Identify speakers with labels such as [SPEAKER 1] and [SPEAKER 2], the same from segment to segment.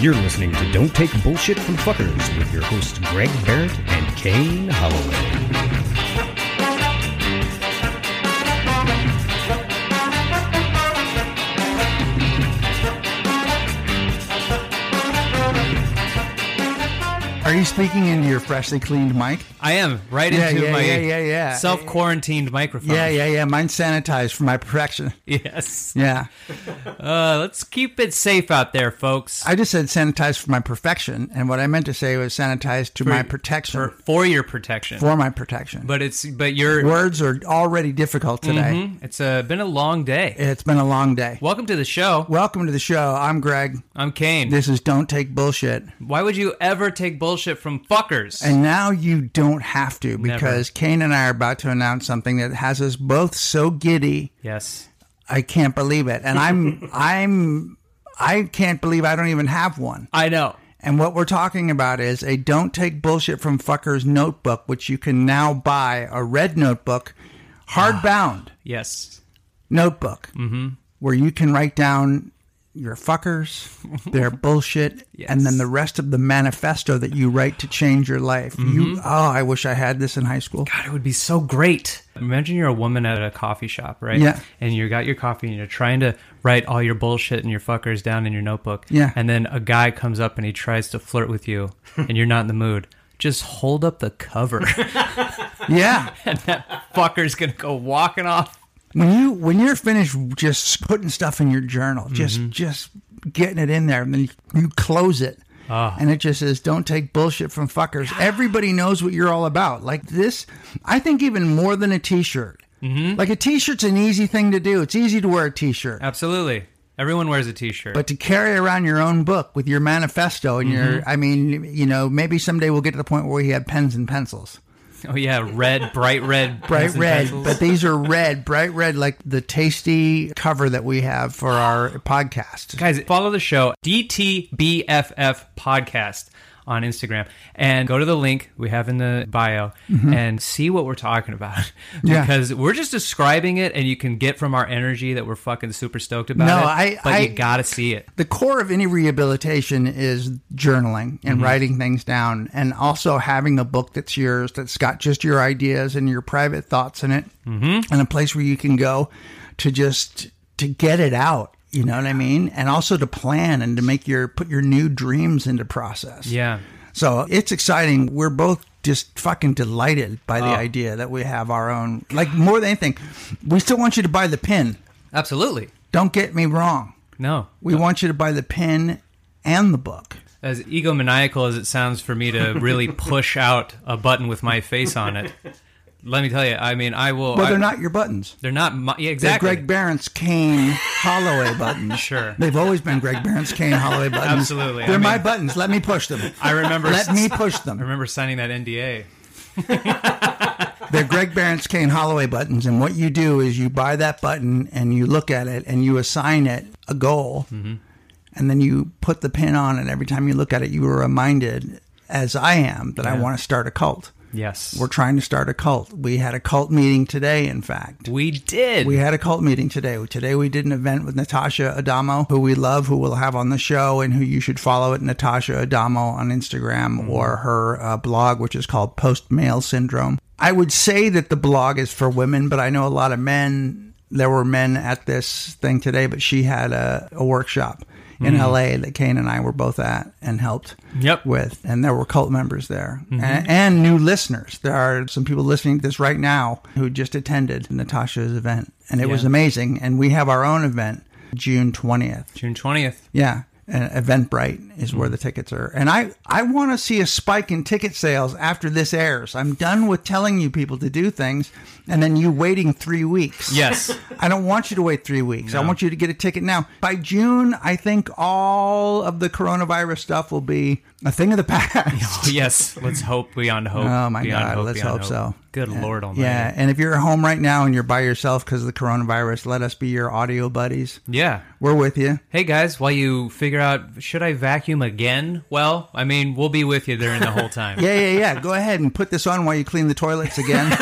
[SPEAKER 1] You're listening to Don't Take Bullshit from Fuckers with your hosts Greg Barrett and Kane Holloway.
[SPEAKER 2] Are you speaking into your freshly cleaned mic?
[SPEAKER 3] I am right
[SPEAKER 2] Yeah,
[SPEAKER 3] into
[SPEAKER 2] yeah,
[SPEAKER 3] my
[SPEAKER 2] yeah, yeah, yeah.
[SPEAKER 3] self quarantined microphone.
[SPEAKER 2] Yeah, yeah, yeah. Mine's sanitized for my protection.
[SPEAKER 3] Yes.
[SPEAKER 2] Yeah.
[SPEAKER 3] Uh, let's keep it safe out there, folks.
[SPEAKER 2] I just said sanitized for my perfection. And what I meant to say was sanitized to my protection.
[SPEAKER 3] for,
[SPEAKER 2] For,
[SPEAKER 3] for your protection.
[SPEAKER 2] my protection.
[SPEAKER 3] but it's but you're
[SPEAKER 2] Words are already difficult today.
[SPEAKER 3] it's uh, been a long day.
[SPEAKER 2] It's been a long day.
[SPEAKER 3] Welcome to the show.
[SPEAKER 2] Welcome to the show. I'm Greg.
[SPEAKER 3] I'm Kane.
[SPEAKER 2] This is Don't Take Bullshit.
[SPEAKER 3] Why would you ever take bullshit from fuckers?
[SPEAKER 2] And now you don't have to because Kane and I are about to announce something that has us both so giddy.
[SPEAKER 3] yes.
[SPEAKER 2] I can't believe it. And I'm, I'm, I can't believe I don't even have one.
[SPEAKER 3] I know.
[SPEAKER 2] And what we're talking about is a don't take bullshit from fuckers notebook, which you can now buy a red notebook, hardbound
[SPEAKER 3] Ah. Yes.
[SPEAKER 2] notebook, mm-hmm. where you can write down your fuckers, their bullshit, and then the rest of the manifesto that you write to change your life. You, oh, I wish I had this in high school.
[SPEAKER 3] God, it would be so great. Imagine you're a woman at a coffee shop, right?
[SPEAKER 2] Yeah.
[SPEAKER 3] And you got your coffee and you're trying to write all your bullshit and your fuckers down in your notebook.
[SPEAKER 2] Yeah.
[SPEAKER 3] And then a guy comes up and he tries to flirt with you and you're not in the mood. Just hold up the cover.
[SPEAKER 2] Yeah.
[SPEAKER 3] Fucker's gonna go walking off.
[SPEAKER 2] when you when you're finished just putting stuff in your journal just just getting it in there and then you close it and it just says don't take bullshit from fuckers everybody knows what you're all about like this i think even more than a t-shirt like a t-shirt's an easy thing to do it's easy to wear a t-shirt
[SPEAKER 3] Absolutely. Everyone wears a t shirt.
[SPEAKER 2] but to carry around your own book with your manifesto and your i mean you know maybe someday we'll get to the point where we have pens and pencils
[SPEAKER 3] oh yeah, red, bright red,
[SPEAKER 2] bright
[SPEAKER 3] pens and
[SPEAKER 2] red,
[SPEAKER 3] pencils.
[SPEAKER 2] but these are red, bright red, like the tasty cover that we have for
[SPEAKER 3] Ah.
[SPEAKER 2] our podcast.
[SPEAKER 3] Guys, follow the show DTBFF podcast on Instagram and go to the link we have in the bio and see what we're talking about
[SPEAKER 2] Mm-hmm. Yeah.
[SPEAKER 3] because we're just describing it and you can get from our energy that we're fucking super stoked about
[SPEAKER 2] No,
[SPEAKER 3] it,
[SPEAKER 2] I-
[SPEAKER 3] but
[SPEAKER 2] I-
[SPEAKER 3] you got to see it.
[SPEAKER 2] The core of any rehabilitation is journaling and
[SPEAKER 3] Mm-hmm.
[SPEAKER 2] writing things down, and also having a book that's yours that's got just your ideas and your private thoughts in it, mm-hmm. and a place where you can go to just to get it out. You know what I mean? And also to plan and to make your put your new dreams into process.
[SPEAKER 3] Yeah.
[SPEAKER 2] So it's exciting. We're both just fucking delighted by
[SPEAKER 3] Oh.
[SPEAKER 2] the idea that we have our own. Like more than anything, we still want you to buy the pin.
[SPEAKER 3] Absolutely.
[SPEAKER 2] Don't get me wrong.
[SPEAKER 3] No.
[SPEAKER 2] We want you to buy the pin and the book.
[SPEAKER 3] As egomaniacal as it sounds for me to really push out a button with my face on it. Let me tell you, I mean, I will
[SPEAKER 2] Well,
[SPEAKER 3] Oh, I-
[SPEAKER 2] they're not your buttons.
[SPEAKER 3] they're not my, yeah,
[SPEAKER 2] They're
[SPEAKER 3] exactly.
[SPEAKER 2] Greg Barron's Kane Holloway buttons.
[SPEAKER 3] Sure.
[SPEAKER 2] They've always been Greg Barron's Kane Holloway buttons.
[SPEAKER 3] Absolutely. I
[SPEAKER 2] They're my
[SPEAKER 3] mean-
[SPEAKER 2] buttons. Let me push them.
[SPEAKER 3] I remember
[SPEAKER 2] Let me push
[SPEAKER 3] I
[SPEAKER 2] them.
[SPEAKER 3] remember signing that NDA.
[SPEAKER 2] They're Greg Barron's Kane Holloway buttons. And what you do is you buy that button and you look at it and you assign it a goal. And then you put the pin on it. Every time you look at it, you are reminded, as I am, that I want to start a cult.
[SPEAKER 3] Yes.
[SPEAKER 2] We're trying to start a cult. We had a cult meeting today, in fact.
[SPEAKER 3] we did.
[SPEAKER 2] We had a cult meeting today. Today we did an event with Natasha Adamo, who we love, who we'll have on the show, and who you should follow at Natasha Adamo on Instagram or her uh, blog, which is called Post Male Syndrome. I would say that the blog is for women, but I know a lot of men. There were men at this thing today, but she had a, a workshop in LA that Kane and I were both at and helped
[SPEAKER 3] Yep. Mm-hmm.
[SPEAKER 2] with, and there were cult members there and, and new listeners. There are some people listening to this right now who just attended Natasha's event, and it was
[SPEAKER 3] Yeah.
[SPEAKER 2] amazing. And we have our own event June twentieth.
[SPEAKER 3] June twentieth.
[SPEAKER 2] Yeah, and Eventbrite is
[SPEAKER 3] Mm.
[SPEAKER 2] where the tickets are. And I I want to see a spike in ticket sales after this airs. I'm done with telling you people to do things, and then you waiting three weeks.
[SPEAKER 3] Yes.
[SPEAKER 2] I don't want you to wait three weeks. I want you to get a ticket now. By June, I think all of the coronavirus stuff will be a thing of the past.
[SPEAKER 3] yes. Let's hope beyond hope.
[SPEAKER 2] Oh my
[SPEAKER 3] beyond
[SPEAKER 2] God! Let's
[SPEAKER 3] beyond
[SPEAKER 2] hope, so.
[SPEAKER 3] Good
[SPEAKER 2] Yeah.
[SPEAKER 3] Lord Almighty.
[SPEAKER 2] Yeah,
[SPEAKER 3] Yeah.
[SPEAKER 2] and if you're at home right now and you're by yourself because of the coronavirus, let us be your audio buddies. We're with you.
[SPEAKER 3] Hey guys, while you figure out should I vacuum again? Well, I mean, we'll be with you during the whole time.
[SPEAKER 2] Yeah, yeah, yeah. Go ahead and put this on while you clean the toilets again.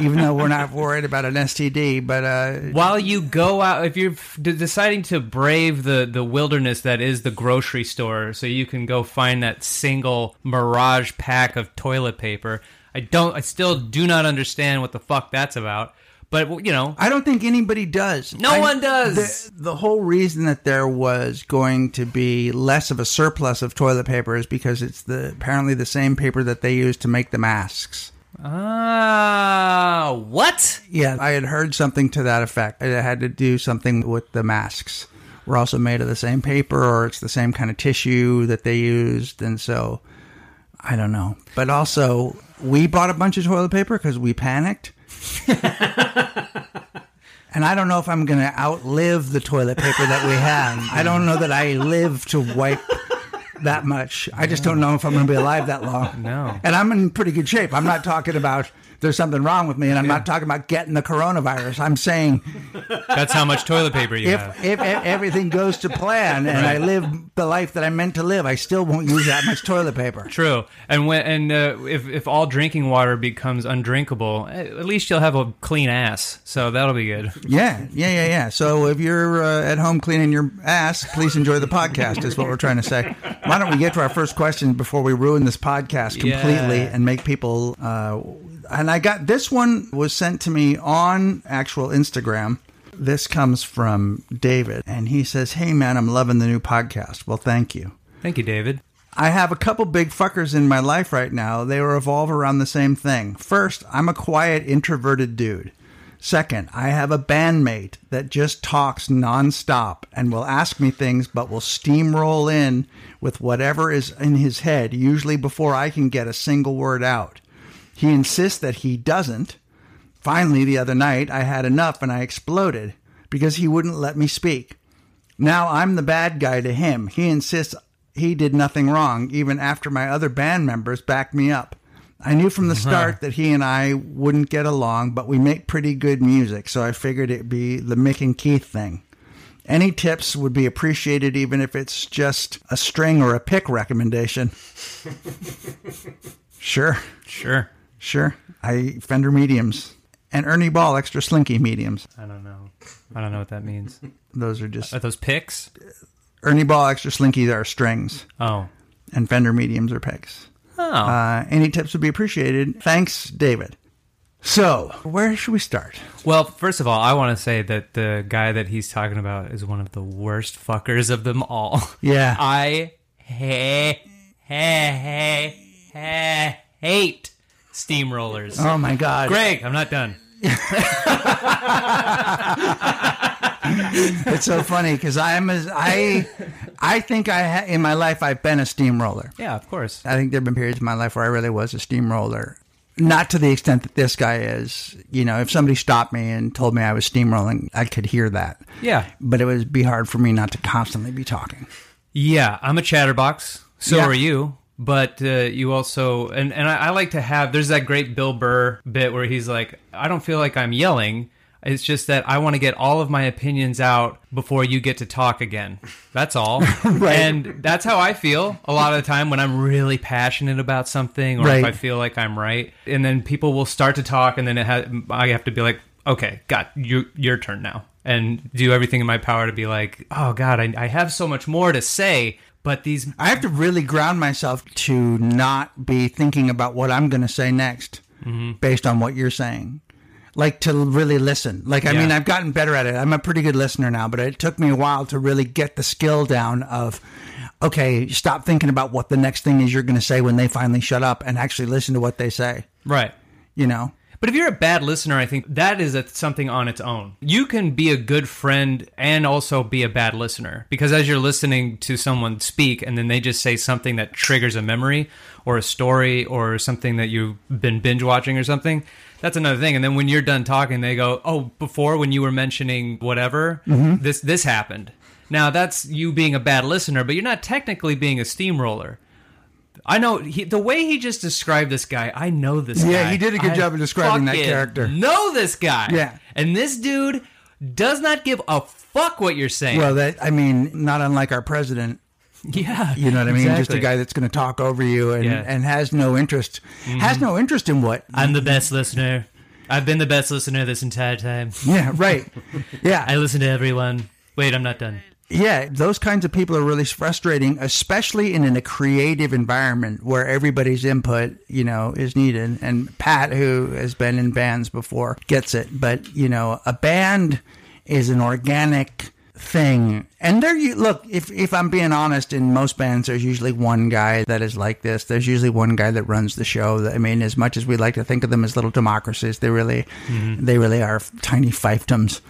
[SPEAKER 2] even though we're not worried about an STD. But uh,
[SPEAKER 3] While you go out, if you're f- d- deciding to brave the, the wilderness that is the grocery store, so you can go find that single mirage pack of toilet paper, I don't, I still do not understand what the fuck that's about. But well, you know,
[SPEAKER 2] I don't think anybody does.
[SPEAKER 3] No
[SPEAKER 2] I-
[SPEAKER 3] one does.
[SPEAKER 2] The, the whole reason that there was going to be less of a surplus of toilet paper is because it's the apparently the same paper that they use to make the masks.
[SPEAKER 3] ah, what?
[SPEAKER 2] Yeah, I had heard something to that effect. It had to do something with the masks. Were also made of the same paper, or it's the same kind of tissue that they used, and so I don't know. But also, we bought a bunch of toilet paper because we panicked. And I don't know if I'm going to outlive the toilet paper that we have. I don't know that I live to wipe that much. I just don't know if I'm going to be alive that long.
[SPEAKER 3] No.
[SPEAKER 2] And I'm in pretty good shape. I'm not talking about there's something wrong with me, and I'm not talking about getting the coronavirus. I'm saying
[SPEAKER 3] That's how much toilet paper you
[SPEAKER 2] if,
[SPEAKER 3] have.
[SPEAKER 2] if, if everything goes to plan and I live the life that I meant to live, I still won't use that much toilet paper.
[SPEAKER 3] True, and when and uh, if if all drinking water becomes undrinkable, at at least you'll have a clean ass, so that'll be good.
[SPEAKER 2] Yeah, yeah, yeah, yeah. So if you're uh, at home cleaning your ass, please enjoy the podcast, is what we're trying to say. Why don't we get to our first question before we ruin this podcast completely
[SPEAKER 3] Yeah.
[SPEAKER 2] and make people. Uh, and I got this one was sent to me on actual Instagram. This comes from David, and he says, Hey, man, I'm loving the new podcast. Well, thank you.
[SPEAKER 3] Thank you, David.
[SPEAKER 2] I have a couple big fuckers in my life right now. They revolve around the same thing. First, I'm a quiet, introverted dude. Second, I have a bandmate that just talks nonstop and will ask me things but will steamroll in with whatever is in his head, usually before I can get a single word out. He insists that he doesn't. Finally, the other night, I had enough and I exploded because he wouldn't let me speak. Now I'm the bad guy to him. He insists he did nothing wrong, even after my other band members backed me up. I knew from the start that he and I wouldn't get along, but we make pretty good music, so I figured it'd be the Mick and Keith thing. Any tips would be appreciated, even if it's just a string or a pick recommendation. sure.
[SPEAKER 3] Sure.
[SPEAKER 2] Sure. I Fender mediums and Ernie Ball extra slinky mediums.
[SPEAKER 3] I don't know. I don't know what that means.
[SPEAKER 2] Those are just
[SPEAKER 3] Are those picks?
[SPEAKER 2] Ernie Ball extra slinkies are strings
[SPEAKER 3] Oh.
[SPEAKER 2] and Fender mediums are picks.
[SPEAKER 3] Oh.
[SPEAKER 2] Uh, any tips would be appreciated. Thanks, David. So, where should we start?
[SPEAKER 3] well, first of all, I want to say that the guy that he's talking about is one of the worst fuckers of them all.
[SPEAKER 2] Yeah.
[SPEAKER 3] I hey hey hey hey hate steamrollers.
[SPEAKER 2] Oh my God.
[SPEAKER 3] Greg, I'm not done.
[SPEAKER 2] It's so funny because I'm as I, I think I ha- in my life I've been a steamroller.
[SPEAKER 3] Yeah, of course.
[SPEAKER 2] I think there have been periods in my life where I really was a steamroller. Not to the extent that this guy is. You know, if somebody stopped me and told me I was steamrolling, I could hear that.
[SPEAKER 3] Yeah.
[SPEAKER 2] But it would be hard for me not to constantly be talking.
[SPEAKER 3] Yeah, I'm a chatterbox. So
[SPEAKER 2] Yeah.
[SPEAKER 3] are you. But uh, you also, and, and I, I like to have, there's that great Bill Burr bit where he's like, I don't feel like I'm yelling. It's just that I want to get all of my opinions out before you get to talk again. That's all. And that's how I feel a lot of the time when I'm really passionate about something or if
[SPEAKER 2] Right.
[SPEAKER 3] I feel like I'm right. And then people will start to talk, and then it ha- I have to be like, okay, God, you, your turn now. And do everything in my power to be like, oh, God, I, I have so much more to say, but these.
[SPEAKER 2] I have to really ground myself to not be thinking about what I'm going to say next
[SPEAKER 3] Mm-hmm.
[SPEAKER 2] based on what you're saying. Like to really listen. Like, I
[SPEAKER 3] Yeah.
[SPEAKER 2] mean, I've gotten better at it. I'm a pretty good listener now, but it took me a while to really get the skill down of, okay, stop thinking about what the next thing is you're going to say when they finally shut up and actually listen to what they say,
[SPEAKER 3] Right.
[SPEAKER 2] you know?
[SPEAKER 3] But if you're a bad listener, I think that is a, something on its own. You can be a good friend and also be a bad listener because as you're listening to someone speak and then they just say something that triggers a memory or a story or something that you've been binge watching or something, that's another thing. And then when you're done talking, they go, "Oh, before when you were mentioning whatever, this this happened." Now that's you being a bad listener, but you're not technically being a steamroller. I know he, the way he just described this guy. I know this guy.
[SPEAKER 2] Yeah, he did a good
[SPEAKER 3] I
[SPEAKER 2] job of describing that
[SPEAKER 3] fucking
[SPEAKER 2] character.
[SPEAKER 3] Know this guy.
[SPEAKER 2] Yeah.
[SPEAKER 3] and this dude does not give a fuck what you're saying.
[SPEAKER 2] Well, that, I mean, not unlike our president.
[SPEAKER 3] yeah,
[SPEAKER 2] You know what I mean? Just a
[SPEAKER 3] exactly.
[SPEAKER 2] guy that's going to talk over you and,
[SPEAKER 3] Yeah. Mm-hmm.
[SPEAKER 2] and has no interest, has no interest in what
[SPEAKER 3] I'm the best listener. I've been the best listener this entire time.
[SPEAKER 2] Yeah, right. Yeah.
[SPEAKER 3] I listen to everyone. Wait, I'm not done.
[SPEAKER 2] Yeah, those kinds of people are really frustrating, especially in, in a creative environment where everybody's input, you know, is needed. And Pat, who has been in bands before, gets it. But you know, a band is an organic thing. And there you look, if if I'm being honest, in most bands there's usually one guy that is like this. There's usually one guy that runs the show. I mean, as much as we like to think of them as little democracies, they really they really are tiny fiefdoms.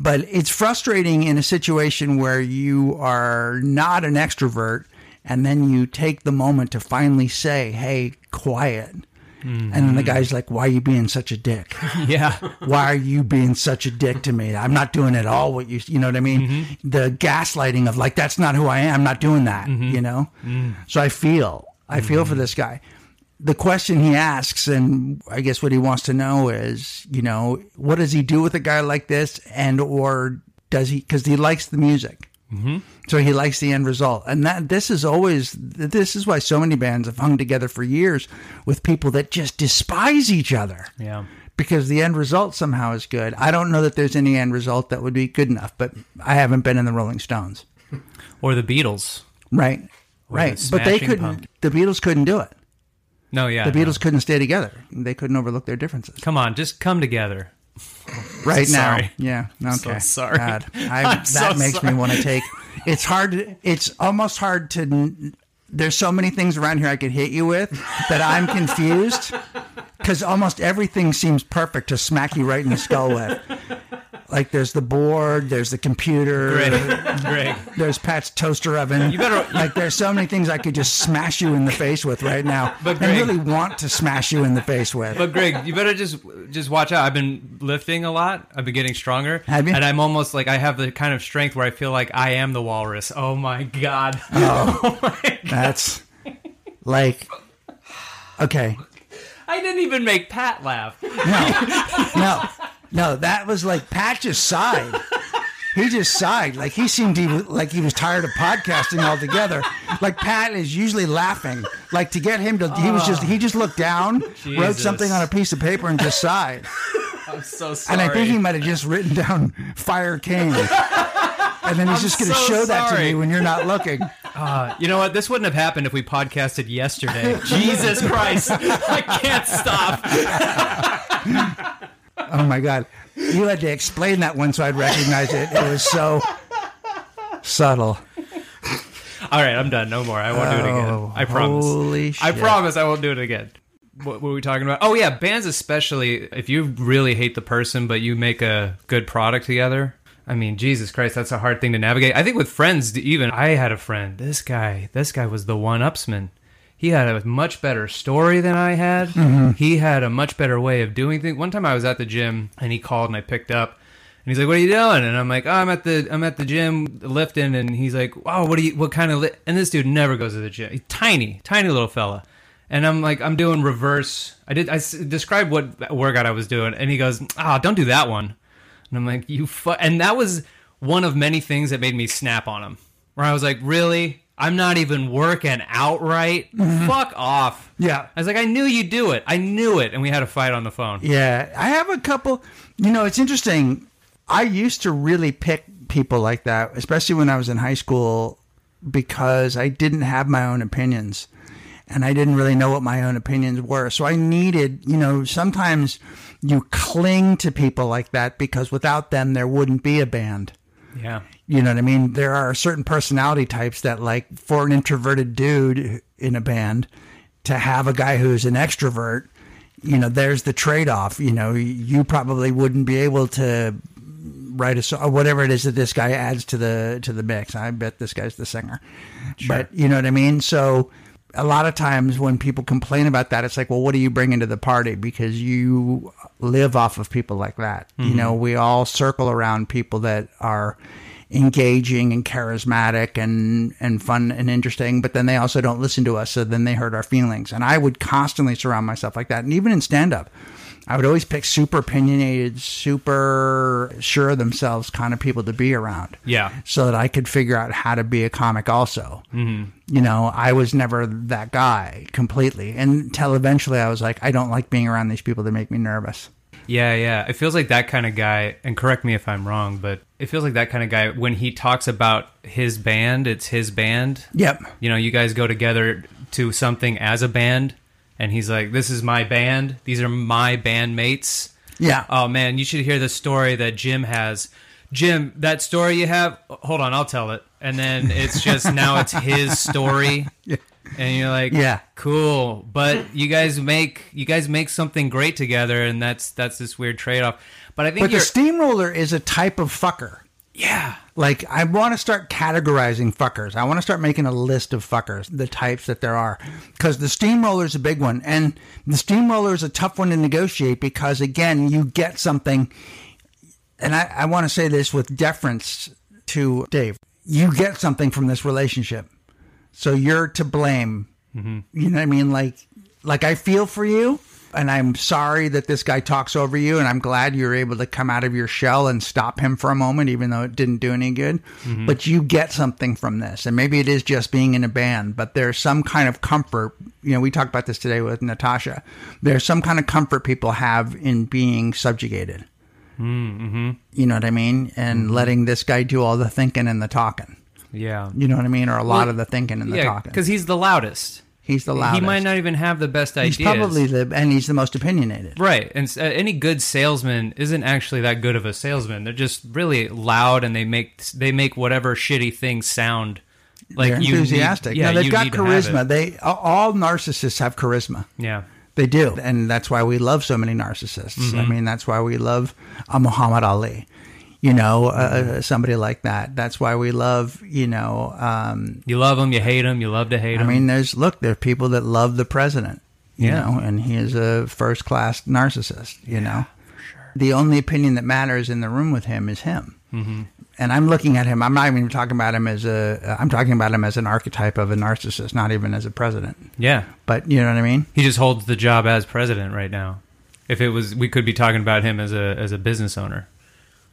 [SPEAKER 2] But it's frustrating in a situation where you are not an extrovert and then you take the moment to finally say, "Hey, quiet." And then the guy's like, "Why are you being such a dick?"
[SPEAKER 3] Yeah.
[SPEAKER 2] why are you being such a dick to me? I'm not doing at all what you, you know what I mean? The gaslighting of like, that's not who I am. I'm not doing that, you know? So I feel, I feel for this guy. The question he asks, and I guess what he wants to know is, you know, what does he do with a guy like this? And, or does he, cause he likes the music. So he likes the end result. And that this is always this is why so many bands have hung together for years with people that just despise each other
[SPEAKER 3] Yeah.
[SPEAKER 2] because the end result somehow is good. I don't know that there's any end result that would be good enough, but I haven't been in the Rolling Stones,
[SPEAKER 3] Or the Beatles.
[SPEAKER 2] right? Right,
[SPEAKER 3] the
[SPEAKER 2] but they
[SPEAKER 3] Smashing
[SPEAKER 2] couldn't.
[SPEAKER 3] Pumpkins.
[SPEAKER 2] The Beatles couldn't do it.
[SPEAKER 3] No, yeah.
[SPEAKER 2] The Beatles couldn't stay together. They couldn't overlook their differences.
[SPEAKER 3] Come on, just come together.
[SPEAKER 2] Right now,
[SPEAKER 3] sorry.
[SPEAKER 2] yeah. Okay,
[SPEAKER 3] so sorry.
[SPEAKER 2] God, I,
[SPEAKER 3] I'm
[SPEAKER 2] that
[SPEAKER 3] so
[SPEAKER 2] makes
[SPEAKER 3] sorry.
[SPEAKER 2] me want to take. It's hard. to- It's almost hard to. n- There's so many things around here I could hit you with that I'm confused because almost everything seems perfect to smack you right in the skull with. Like there's the board, there's the computer,
[SPEAKER 3] Greg. Greg.
[SPEAKER 2] There's Pat's toaster oven. You
[SPEAKER 3] better-
[SPEAKER 2] like. There's so many things I could just smash you in the face with right now,
[SPEAKER 3] But
[SPEAKER 2] and
[SPEAKER 3] Greg-
[SPEAKER 2] really want to smash you in the face with.
[SPEAKER 3] But Greg, you better just just watch out. I've been lifting a lot. I've been getting stronger.
[SPEAKER 2] Have you?
[SPEAKER 3] And I'm almost like I have the kind of strength where I feel like I am the walrus. Oh my god.
[SPEAKER 2] That's like okay.
[SPEAKER 3] I didn't even make Pat laugh.
[SPEAKER 2] No, no, no. That was like Pat just sighed. He just sighed. Like he seemed he was, like he was tired of podcasting altogether. Like Pat is usually laughing. Like to get him to, he was just he just looked down, wrote
[SPEAKER 3] Jesus.
[SPEAKER 2] something on a piece of paper, and just sighed.
[SPEAKER 3] I'm so sorry.
[SPEAKER 2] And I think he might have just written down "fire cane," and then he's just going to
[SPEAKER 3] so
[SPEAKER 2] show that to
[SPEAKER 3] sorry.
[SPEAKER 2] me when you're not looking.
[SPEAKER 3] Uh, you know what? This wouldn't have happened if we podcasted yesterday. Jesus Christ. I can't stop.
[SPEAKER 2] Oh my god, you had to explain that one so I'd recognize it. It was so subtle.
[SPEAKER 3] All right, I'm done. No more. I won't do it again.
[SPEAKER 2] Oh,
[SPEAKER 3] I promise.
[SPEAKER 2] holy
[SPEAKER 3] I
[SPEAKER 2] shit.
[SPEAKER 3] promise I won't do it again. What were we talking about? Oh yeah, bands especially. If you really hate the person, but you make a good product together. I mean, Jesus Christ, that's a hard thing to navigate. I think with friends, even I had a friend. This guy, this guy was the one-upsman. He had a much better story than I had. He had a much better way of doing things. One time, I was at the gym and he called and I picked up. And he's like, "What are you doing?" And I'm like, "Oh, I'm at the I'm at the gym lifting." And he's like, "Wow, what are you? What kind of?" Li-? And this dude never goes to the gym. He's tiny, tiny little fella. And I'm like, I'm doing reverse. I did. I s- described what workout I was doing, and he goes, "Ah, don't do that one." And I'm like, "You fu-. And that was one of many things that made me snap on him, where I was like, "Really? I'm not even working out right. Fuck off."
[SPEAKER 2] Mm-hmm. Yeah.
[SPEAKER 3] I was like, "I knew you'd do it. I knew it." And we had a fight on the phone.
[SPEAKER 2] Yeah, I have a couple. You know, it's interesting. I used to really pick people like that, especially when I was in high school, because I didn't have my own opinions and I didn't really know what my own opinions were. So I needed, you know, sometimes you cling to people like that because without them, there wouldn't be a band.
[SPEAKER 3] Yeah.
[SPEAKER 2] You know what I mean? There are certain personality types that, like, for an introverted dude in a band, to have a guy who's an extrovert, you know, there's the trade off. You know, you probably wouldn't be able to write a song, or whatever it is that this guy adds to the to the mix. I bet this guy's the singer, but you know what I mean. So a lot of times when people complain about that, it's like, well, what do you bring into the party? Because you live off of people like that. You know, we all circle around people that are engaging and charismatic and and fun and interesting but then they also don't listen to us so then they hurt our feelings and i would constantly surround myself like that and even in stand up I would always pick super opinionated, super sure of themselves kind of people to be around.
[SPEAKER 3] Yeah.
[SPEAKER 2] So that I could figure out how to be a comic also. Mm-hmm. You know, I was never that guy completely until eventually I was like, I don't like being around these people that make me nervous.
[SPEAKER 3] Yeah, yeah. It feels like that kind of guy, and correct me if I'm wrong, but it feels like that kind of guy when he talks about his band, it's his band.
[SPEAKER 2] Yep.
[SPEAKER 3] You know, you guys go together to something as a band, and he's like, This is my band. These are my bandmates.
[SPEAKER 2] Yeah.
[SPEAKER 3] Oh, man, you should hear the story that Jim has. Jim, that story you have, hold on, I'll tell it. And then it's just now it's his story. And you're like,
[SPEAKER 2] Yeah.
[SPEAKER 3] cool. But you guys make you guys make something great together, and that's that's this weird trade off. But I think
[SPEAKER 2] but
[SPEAKER 3] you're,
[SPEAKER 2] the steamroller is a type of fucker.
[SPEAKER 3] yeah,
[SPEAKER 2] Like, I want to start categorizing fuckers. I want to start making a list of fuckers, the types that there are. Because the steamroller is a big one. And the steamroller is a tough one to negotiate because, again, you get something. And I, I want to say this with deference to Dave you get something from this relationship. So you're to blame.
[SPEAKER 3] Mm-hmm.
[SPEAKER 2] You know what I mean? Like, like I feel for you. And I'm sorry that this guy talks over you, and I'm glad you were able to come out of your shell and stop him for a moment, even though it didn't do any good.
[SPEAKER 3] Mm-hmm.
[SPEAKER 2] But you get something from this, and maybe it is just being in a band, but there's some kind of comfort. You know, we talked about this today with Natasha. There's some kind of comfort people have in being subjugated.
[SPEAKER 3] Mm-hmm.
[SPEAKER 2] You know what I mean? And letting this guy do all the thinking and the talking.
[SPEAKER 3] yeah,
[SPEAKER 2] You know what I mean? Or a lot of the thinking and the
[SPEAKER 3] yeah,
[SPEAKER 2] talking.
[SPEAKER 3] because he's the loudest.
[SPEAKER 2] he's the loudest.
[SPEAKER 3] He might not even have the best ideas.
[SPEAKER 2] He's probably the and he's the most opinionated.
[SPEAKER 3] Right, and s- uh, any good salesman isn't actually that good of a salesman. They're just really loud, and they make they make whatever shitty thing sound like
[SPEAKER 2] They're
[SPEAKER 3] you need-
[SPEAKER 2] enthusiastic.
[SPEAKER 3] yeah,
[SPEAKER 2] no, they've
[SPEAKER 3] you
[SPEAKER 2] got
[SPEAKER 3] need to have
[SPEAKER 2] charisma.
[SPEAKER 3] it.
[SPEAKER 2] They a- all narcissists have charisma.
[SPEAKER 3] Yeah,
[SPEAKER 2] They do, and that's why we love so many narcissists. I
[SPEAKER 3] Mm-hmm.
[SPEAKER 2] mean, that's why we love a Muhammad Ali. You know, uh, somebody like that. That's why we love. You know, um,
[SPEAKER 3] you love them, you hate them, you love to
[SPEAKER 2] I
[SPEAKER 3] hate them.
[SPEAKER 2] mean, there's look, there are people that love the president. You
[SPEAKER 3] Yeah.
[SPEAKER 2] know, and he is a first class narcissist. You know, the only opinion that matters in the room with him is him. Mm-hmm. And I'm looking at him. I'm not even talking about him as a. I'm talking about him as an archetype of a narcissist, not even as a president.
[SPEAKER 3] yeah,
[SPEAKER 2] But you know what I mean?
[SPEAKER 3] he just holds the job as president right now. If it was, we could be talking about him as a as a business owner,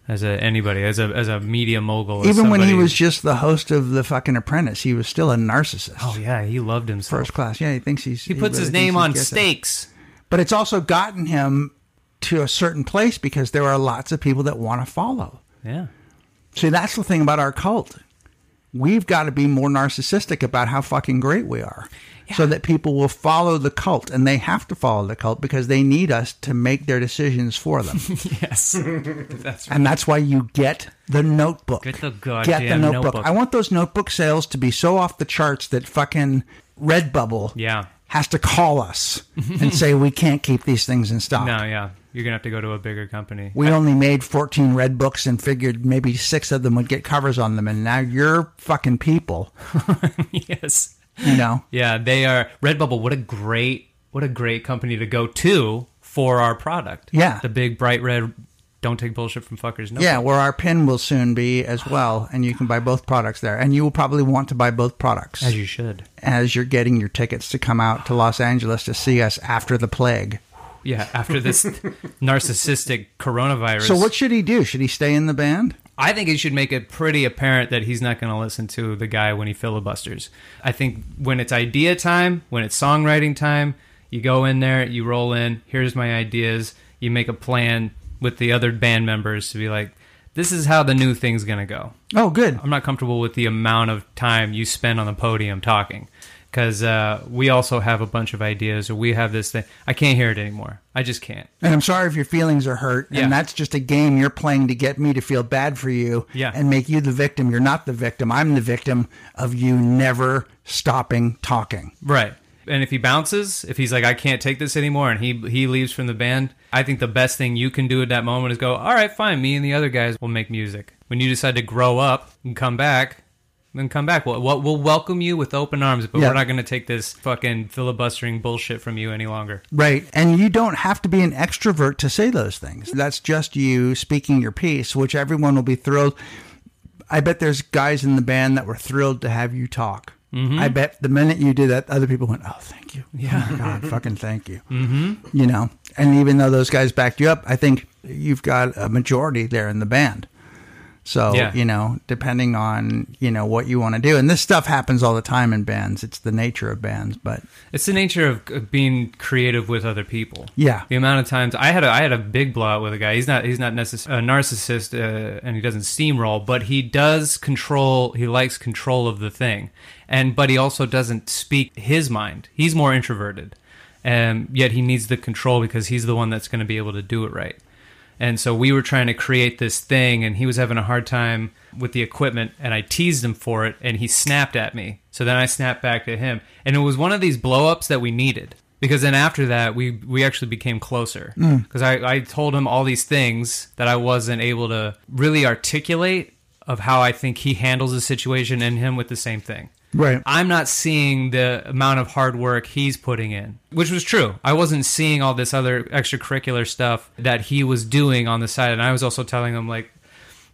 [SPEAKER 3] as a anybody, as a as a media mogul. as
[SPEAKER 2] even when he
[SPEAKER 3] somebody-
[SPEAKER 2] was just the host of the fucking Apprentice, he was still a narcissist.
[SPEAKER 3] oh yeah, he loved himself.
[SPEAKER 2] First class. Yeah, he thinks he's.
[SPEAKER 3] he puts
[SPEAKER 2] really
[SPEAKER 3] his
[SPEAKER 2] thinks
[SPEAKER 3] name
[SPEAKER 2] he
[SPEAKER 3] on
[SPEAKER 2] gets it.
[SPEAKER 3] stakes.
[SPEAKER 2] But it's also gotten him to a certain place because there are lots of people that want to follow.
[SPEAKER 3] Yeah,
[SPEAKER 2] See, that's the thing about our cult. We've got to be more narcissistic about how fucking great we are so that people will follow the cult and they have to follow the cult because they need us to make their decisions for them.
[SPEAKER 3] yes, that's
[SPEAKER 2] and that's why you get the notebook.
[SPEAKER 3] Get the goddamn notebook.
[SPEAKER 2] I want those notebook sales to be so off the charts that fucking Redbubble
[SPEAKER 3] yeah.
[SPEAKER 2] has to call us and say we can't keep these things in stock.
[SPEAKER 3] No, yeah, you're gonna have to go to a bigger company.
[SPEAKER 2] We only made 14 red books and figured maybe six of them would get covers on them. And now you're fucking people,
[SPEAKER 3] yes.
[SPEAKER 2] you know?
[SPEAKER 3] Yeah, they are Redbubble. What a great, what a great company to go to for our product.
[SPEAKER 2] Yeah.
[SPEAKER 3] the big bright red. Don't take bullshit from fuckers. No.
[SPEAKER 2] Yeah, where our pin will soon be as well. And you can buy both products there. And you will probably want to buy both products
[SPEAKER 3] as you should.
[SPEAKER 2] as you're getting your tickets to come out to Los Angeles to see us after the plague.
[SPEAKER 3] Yeah, after this narcissistic coronavirus.
[SPEAKER 2] So what should he do? Should he stay in the band?
[SPEAKER 3] I think it should make it pretty apparent that he's not going to listen to the guy when he filibusters. I think when it's idea time, when it's songwriting time, you go in there, you roll in, here's my ideas, you make a plan with the other band members to be like, this is how the new thing's going to go.
[SPEAKER 2] Oh, good.
[SPEAKER 3] I'm not comfortable with the amount of time you spend on the podium talking because uh, we also have a bunch of ideas or we have this thing. I can't hear it anymore. I just can't.
[SPEAKER 2] And I'm sorry if your feelings are hurt.
[SPEAKER 3] Yeah.
[SPEAKER 2] And that's just a game you're playing to get me to feel bad for you
[SPEAKER 3] Yeah.
[SPEAKER 2] and make you the victim. You're not the victim. I'm the victim of you never stopping talking.
[SPEAKER 3] Right. And if he bounces, if he's like, I can't take this anymore, and he he leaves from the band, I think the best thing you can do at that moment is go, all right, fine, me and the other guys will make music. When you decide to grow up and come back, then come back. We'll, we'll, we'll welcome you with open arms, but
[SPEAKER 2] Yeah.
[SPEAKER 3] we're not going to take this fucking filibustering bullshit from you any longer.
[SPEAKER 2] Right. And you don't have to be an extrovert to say those things. That's just you speaking your piece, which everyone will be thrilled. I bet there's guys in the band that were thrilled to have you talk. I bet the minute you did that, other people went, "Oh, thank you! Mm-hmm. Yeah, oh my God, fucking thank you!" Mm-hmm. You know, and even though those guys backed you up, I think you've got a majority there in the band So,
[SPEAKER 3] Yeah.
[SPEAKER 2] you know, depending on, you know, what you want to do. And this stuff happens all the time in bands. It's the nature of bands, but
[SPEAKER 3] It's the nature of of being creative with other people.
[SPEAKER 2] Yeah.
[SPEAKER 3] The amount of times I had a I had a big blowout with a guy. He's not he's not necess- a narcissist uh, and he doesn't steamroll, but he does control. He likes control of the thing, and but he also doesn't speak his mind. He's more introverted, and yet he needs the control because he's the one that's going to be able to do it right. And so we were trying to create this thing, and he was having a hard time with the equipment. And I teased him for it, and he snapped at me. So then I snapped back to him, and it was one of these blow ups that we needed because then after that we we actually became closer because I, I told him all these things that I wasn't able to really articulate of how I think he handles the situation and him with the same thing.
[SPEAKER 2] Right.
[SPEAKER 3] I'm not seeing the amount of hard work he's putting in, which was true. I wasn't seeing all this other extracurricular stuff that he was doing on the side. And I was also telling him, like,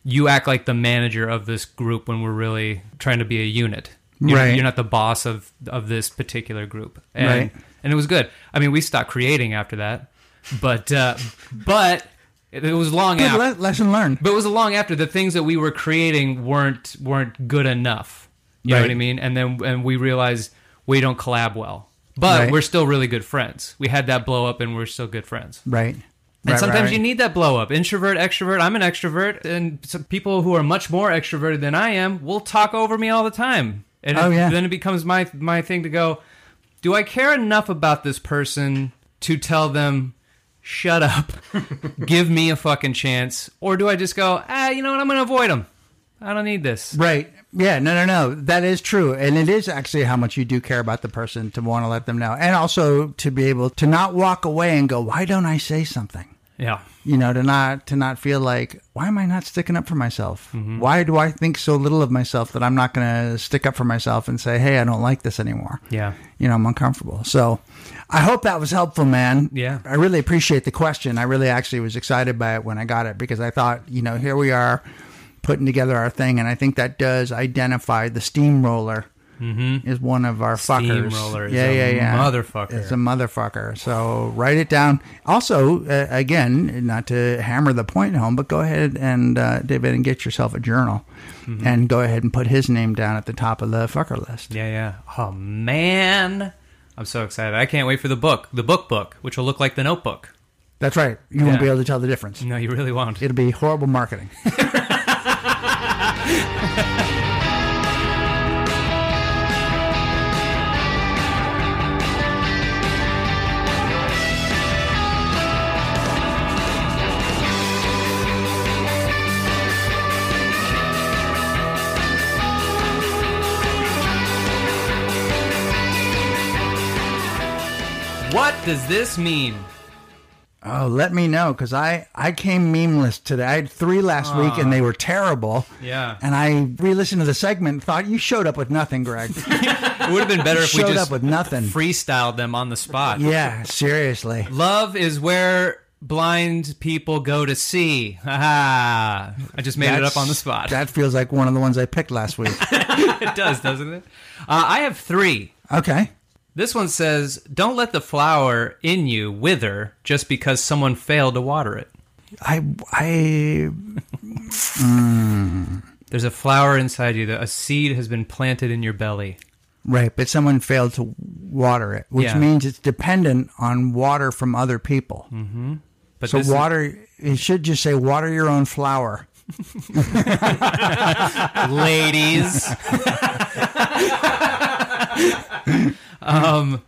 [SPEAKER 3] you act like the manager of this group when we're really trying to be a unit. You're,
[SPEAKER 2] Right.
[SPEAKER 3] You're not the boss of, of this particular group. And,
[SPEAKER 2] Right.
[SPEAKER 3] and it was good. I mean, we stopped creating after that, but, uh, but it it was long
[SPEAKER 2] good
[SPEAKER 3] after.
[SPEAKER 2] le- lesson learned.
[SPEAKER 3] But it was long after the things that we were creating weren't weren't good enough. You know
[SPEAKER 2] Right.
[SPEAKER 3] what I mean? And then and we realized we don't collab well. But
[SPEAKER 2] Right.
[SPEAKER 3] we're still really good friends. We had that blow up and we're still good friends.
[SPEAKER 2] Right.
[SPEAKER 3] And
[SPEAKER 2] Right,
[SPEAKER 3] sometimes
[SPEAKER 2] right,
[SPEAKER 3] you need that blow up. Introvert, extrovert. I'm an extrovert, and some people who are much more extroverted than I am will talk over me all the time. And
[SPEAKER 2] Oh,
[SPEAKER 3] it-
[SPEAKER 2] yeah.
[SPEAKER 3] then it becomes my my thing to go. Do I care enough about this person to tell them, shut up, give me a fucking chance, or do I just go, ah, you know what? I'm gonna avoid them. I don't need this.
[SPEAKER 2] Right. Yeah, no, no, no. That is true. And it is actually how much you do care about the person to want to let them know. And also to be able to not walk away and go, why don't I say something?
[SPEAKER 3] Yeah.
[SPEAKER 2] You know, to not to not feel like, why am I not sticking up for myself?
[SPEAKER 3] Mm-hmm.
[SPEAKER 2] Why do I think so little of myself that I'm not going to stick up for myself and say, hey, I don't like this anymore?
[SPEAKER 3] Yeah.
[SPEAKER 2] you know, I'm uncomfortable. So I hope that was helpful, man.
[SPEAKER 3] Yeah.
[SPEAKER 2] I really appreciate the question. I really actually was excited by it when I got it because I thought, you know, here we are putting together our thing. And I think that does identify the steamroller is one of our fuckers.
[SPEAKER 3] Mm-hmm. Steamroller is a motherfucker.
[SPEAKER 2] It's a motherfucker. So write it down. Also, uh, again, not to hammer the point home, but go ahead and, uh, David, and get yourself a journal
[SPEAKER 3] Mm-hmm.
[SPEAKER 2] and go ahead and put his name down at the top of the fucker list.
[SPEAKER 3] Yeah, yeah. Oh man, I'm so excited. I can't wait for the book, the book book, which will look like the Notebook.
[SPEAKER 2] That's right. You won't
[SPEAKER 3] Yeah.
[SPEAKER 2] be able to tell the difference.
[SPEAKER 3] No, you really won't.
[SPEAKER 2] It'll be horrible marketing.
[SPEAKER 3] What does this mean?
[SPEAKER 2] Oh, let me know because I I came memeless today. I had three last week and they were terrible.
[SPEAKER 3] Yeah.
[SPEAKER 2] And I re-listened to the segment and thought you showed up with nothing, Greg.
[SPEAKER 3] It would have been better if we
[SPEAKER 2] Showed
[SPEAKER 3] just
[SPEAKER 2] up with nothing.
[SPEAKER 3] freestyled them on the spot.
[SPEAKER 2] yeah, seriously.
[SPEAKER 3] Love is where blind people go to see. Ha I just made it up
[SPEAKER 2] That's-
[SPEAKER 3] on the spot.
[SPEAKER 2] That feels like one of the ones I picked last week.
[SPEAKER 3] it does, doesn't it? Uh, I have three.
[SPEAKER 2] okay.
[SPEAKER 3] This one says, "Don't let the flower in you wither just because someone failed to water it."
[SPEAKER 2] I I
[SPEAKER 3] There's a flower inside you that a seed has been planted in your belly.
[SPEAKER 2] right, but someone failed to water it, which
[SPEAKER 3] Yeah.
[SPEAKER 2] means it's dependent on water from other people.
[SPEAKER 3] But
[SPEAKER 2] So
[SPEAKER 3] Mm-hmm. this is-
[SPEAKER 2] water it should just say water your own flower.
[SPEAKER 3] ladies. um, Um,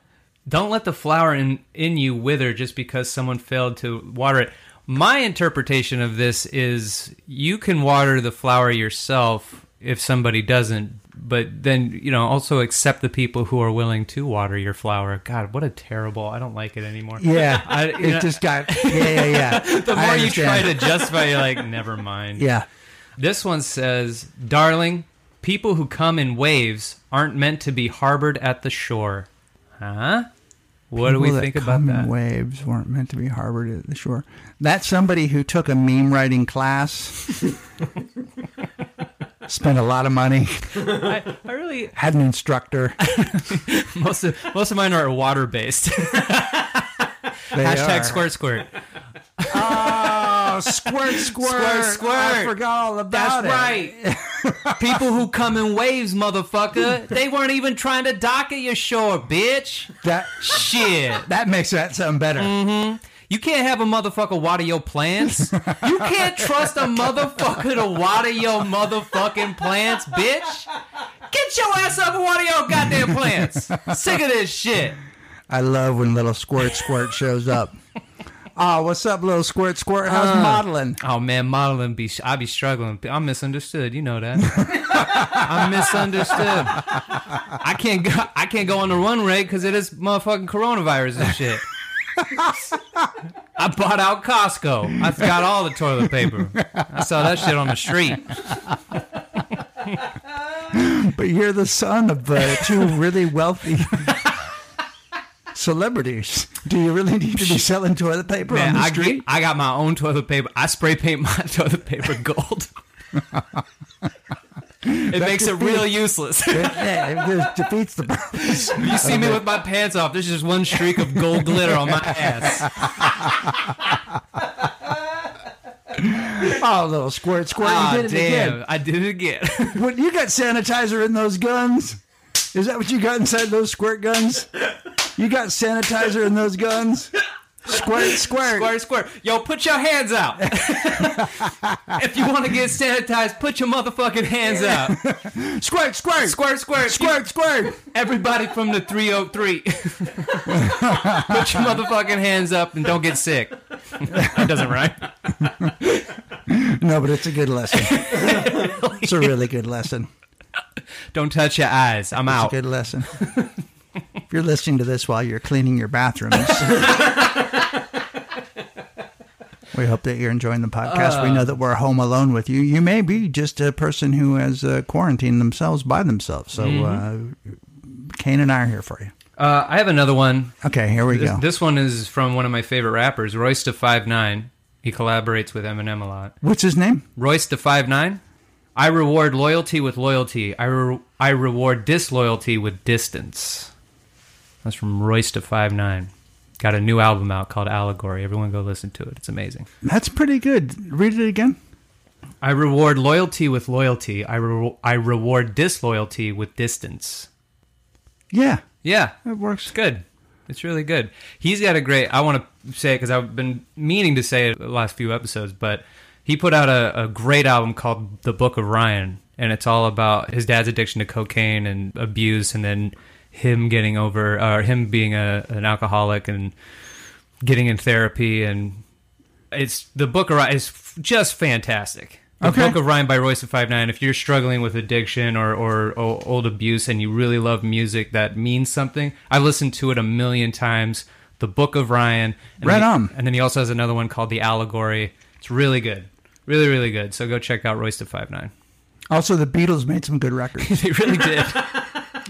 [SPEAKER 3] don't let the flower in, in you wither just because someone failed to water it. My interpretation of this is you can water the flower yourself if somebody doesn't, but then, you know, also accept the people who are willing to water your flower. God, what a terrible. I don't like it anymore.
[SPEAKER 2] Yeah.
[SPEAKER 3] I- you
[SPEAKER 2] it
[SPEAKER 3] know-
[SPEAKER 2] just got Yeah, yeah, yeah.
[SPEAKER 3] The more you try to justify, you're like, never mind.
[SPEAKER 2] Yeah.
[SPEAKER 3] This one says, "Darling, people who come in waves aren't meant to be harbored at the shore." Huh? What do
[SPEAKER 2] People
[SPEAKER 3] we
[SPEAKER 2] that
[SPEAKER 3] think
[SPEAKER 2] come
[SPEAKER 3] about
[SPEAKER 2] in
[SPEAKER 3] that?
[SPEAKER 2] Waves weren't meant to be harbored at the shore. That's somebody who took a meme writing class, spent a lot of money,
[SPEAKER 3] I, I really
[SPEAKER 2] had an instructor.
[SPEAKER 3] most of most of mine are water based.
[SPEAKER 2] They
[SPEAKER 3] Hashtag
[SPEAKER 2] are-
[SPEAKER 3] squirt squirt.
[SPEAKER 2] Oh, squirt, squirt, Oh,
[SPEAKER 3] Squirt, squirt.
[SPEAKER 2] I forgot all about
[SPEAKER 3] That's
[SPEAKER 2] it.
[SPEAKER 3] right. People who come in waves, motherfucker. They weren't even trying to dock at your shore, bitch.
[SPEAKER 2] That
[SPEAKER 3] Shit.
[SPEAKER 2] that makes that sound better.
[SPEAKER 3] Mm. You can't have a motherfucker water your plants. You can't trust a motherfucker to water your motherfucking plants, bitch. Get your ass up and water your goddamn plants. Sick of this shit.
[SPEAKER 2] I love when little squirt, squirt shows up. Ah, what's up, little squirt, squirt? How's modeling?
[SPEAKER 3] Oh man, modeling be I be struggling. I'm misunderstood. You know that. I'm misunderstood. I can't go. I can't go on the run rate because it is motherfucking coronavirus and shit. I bought out Costco. I've got all the toilet paper. I saw that shit on the street.
[SPEAKER 2] But you're the son of uh, two really wealthy celebrities. Do you really need to be selling toilet paper on
[SPEAKER 3] Man,
[SPEAKER 2] the
[SPEAKER 3] I,
[SPEAKER 2] street?
[SPEAKER 3] get- I got my own toilet paper. I spray paint my toilet paper gold. it makes it
[SPEAKER 2] could be-
[SPEAKER 3] real useless.
[SPEAKER 2] yeah, it just defeats the purpose.
[SPEAKER 3] You see me with my pants off. There's just one streak of gold glitter on my ass.
[SPEAKER 2] Oh, little squirt, squirt!
[SPEAKER 3] Ah,
[SPEAKER 2] you did it
[SPEAKER 3] damn.
[SPEAKER 2] again.
[SPEAKER 3] I did it again.
[SPEAKER 2] What you got? Sanitizer in those guns? Is that what you got inside those squirt guns? You got sanitizer in those guns? Squirt, squirt.
[SPEAKER 3] square, square. Yo, put your hands out. if you want to get sanitized, put your motherfucking hands out.
[SPEAKER 2] Squirt, squirt,
[SPEAKER 3] Square, square.
[SPEAKER 2] squirt, squirt.
[SPEAKER 3] Everybody from the 303. put your motherfucking hands up and don't get sick. that doesn't rhyme.
[SPEAKER 2] No, but it's a good lesson. it's a really good lesson.
[SPEAKER 3] Don't touch your eyes. I'm
[SPEAKER 2] It's a
[SPEAKER 3] out.
[SPEAKER 2] good lesson. if you're listening to this while you're cleaning your bathrooms, we hope that you're enjoying the podcast.
[SPEAKER 3] Uh,
[SPEAKER 2] we know that we're home alone with you. You may be just a person who has uh, quarantined themselves by themselves. So,
[SPEAKER 3] Mm-hmm.
[SPEAKER 2] uh, Kane and I are here for you.
[SPEAKER 3] Uh, I have another one.
[SPEAKER 2] Okay, here we
[SPEAKER 3] This,
[SPEAKER 2] go.
[SPEAKER 3] this one is from one of my favorite rappers, Royce to Five Nine. He collaborates with Eminem a lot.
[SPEAKER 2] What's his name?
[SPEAKER 3] Royce to Five Nine. I reward loyalty with loyalty. I re- I reward disloyalty with distance. That's from Royce to Five Nine. Got a new album out called Allegory. Everyone go listen to it. It's amazing.
[SPEAKER 2] That's pretty good. Read it again.
[SPEAKER 3] I reward loyalty with loyalty. I re- I reward disloyalty with distance.
[SPEAKER 2] Yeah,
[SPEAKER 3] Yeah.
[SPEAKER 2] that
[SPEAKER 3] It's
[SPEAKER 2] works.
[SPEAKER 3] good. It's really good. He's got a great. I want to say it because I've been meaning to say it the last few episodes, but he put out a, a great album called The Book of Ryan, and it's all about his dad's addiction to cocaine and abuse, and then him getting over, or him being a, an alcoholic and getting in therapy, and it's the Book of Ryan is f- just fantastic. The
[SPEAKER 2] Okay.
[SPEAKER 3] Book of Ryan by Royce of Five Nine. If you're struggling with addiction or, or, o- old abuse and you really love music that means something, I've listened to it a million times. The Book of Ryan. And
[SPEAKER 2] Right
[SPEAKER 3] then-
[SPEAKER 2] on.
[SPEAKER 3] And then he also has another one called The Allegory. It's really good, really really good. So go check out Royce of Five Nine.
[SPEAKER 2] Also, the Beatles made some good records.
[SPEAKER 3] They really did.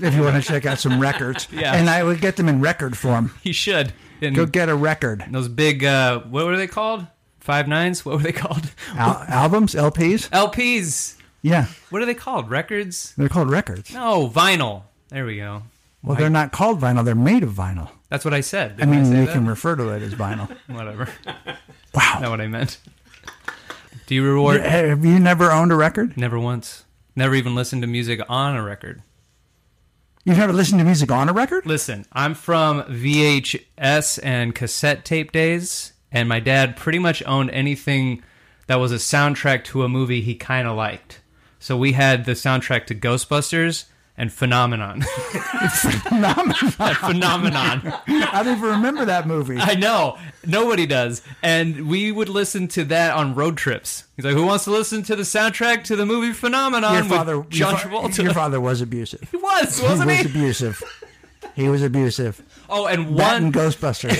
[SPEAKER 2] if you want to check out some records,
[SPEAKER 3] Yeah.
[SPEAKER 2] and I would get them in record form.
[SPEAKER 3] you should. And
[SPEAKER 2] Go get a record.
[SPEAKER 3] those big uh, what were they called? Five nines. What were they called?
[SPEAKER 2] Al- albums, LPs.
[SPEAKER 3] LPs.
[SPEAKER 2] Yeah,
[SPEAKER 3] What are they called? Records?
[SPEAKER 2] they're called records.
[SPEAKER 3] No, Oh, vinyl. There we go.
[SPEAKER 2] Well, they're not called vinyl; they're made of vinyl.
[SPEAKER 3] That's what Oh, I said.
[SPEAKER 2] I
[SPEAKER 3] Didn't
[SPEAKER 2] mean,
[SPEAKER 3] say
[SPEAKER 2] you
[SPEAKER 3] that?
[SPEAKER 2] can refer to it as vinyl.
[SPEAKER 3] Whatever.
[SPEAKER 2] Wow.
[SPEAKER 3] Not what I meant. Do you reward?
[SPEAKER 2] Have you never owned a record?
[SPEAKER 3] Never once. Never even listened to music on a record.
[SPEAKER 2] You've never listened to music on a record?
[SPEAKER 3] Listen, I'm from VHS and cassette tape days, and my dad pretty much owned anything that was a soundtrack to a movie he kind of liked. So we had the soundtrack to Ghostbusters and Phenomenon. Phenomenon.
[SPEAKER 2] I don't even remember that movie.
[SPEAKER 3] I know. Nobody does. And we would listen to that on road trips. He's like, who wants to listen to the soundtrack to the movie Phenomenon
[SPEAKER 2] Your father,
[SPEAKER 3] with
[SPEAKER 2] your,
[SPEAKER 3] John
[SPEAKER 2] fa-
[SPEAKER 3] Travolta?
[SPEAKER 2] your father was abusive.
[SPEAKER 3] he was,
[SPEAKER 2] He was
[SPEAKER 3] wasn't he?
[SPEAKER 2] abusive. He was abusive.
[SPEAKER 3] Oh, and
[SPEAKER 2] That and
[SPEAKER 3] one
[SPEAKER 2] Ghostbusters.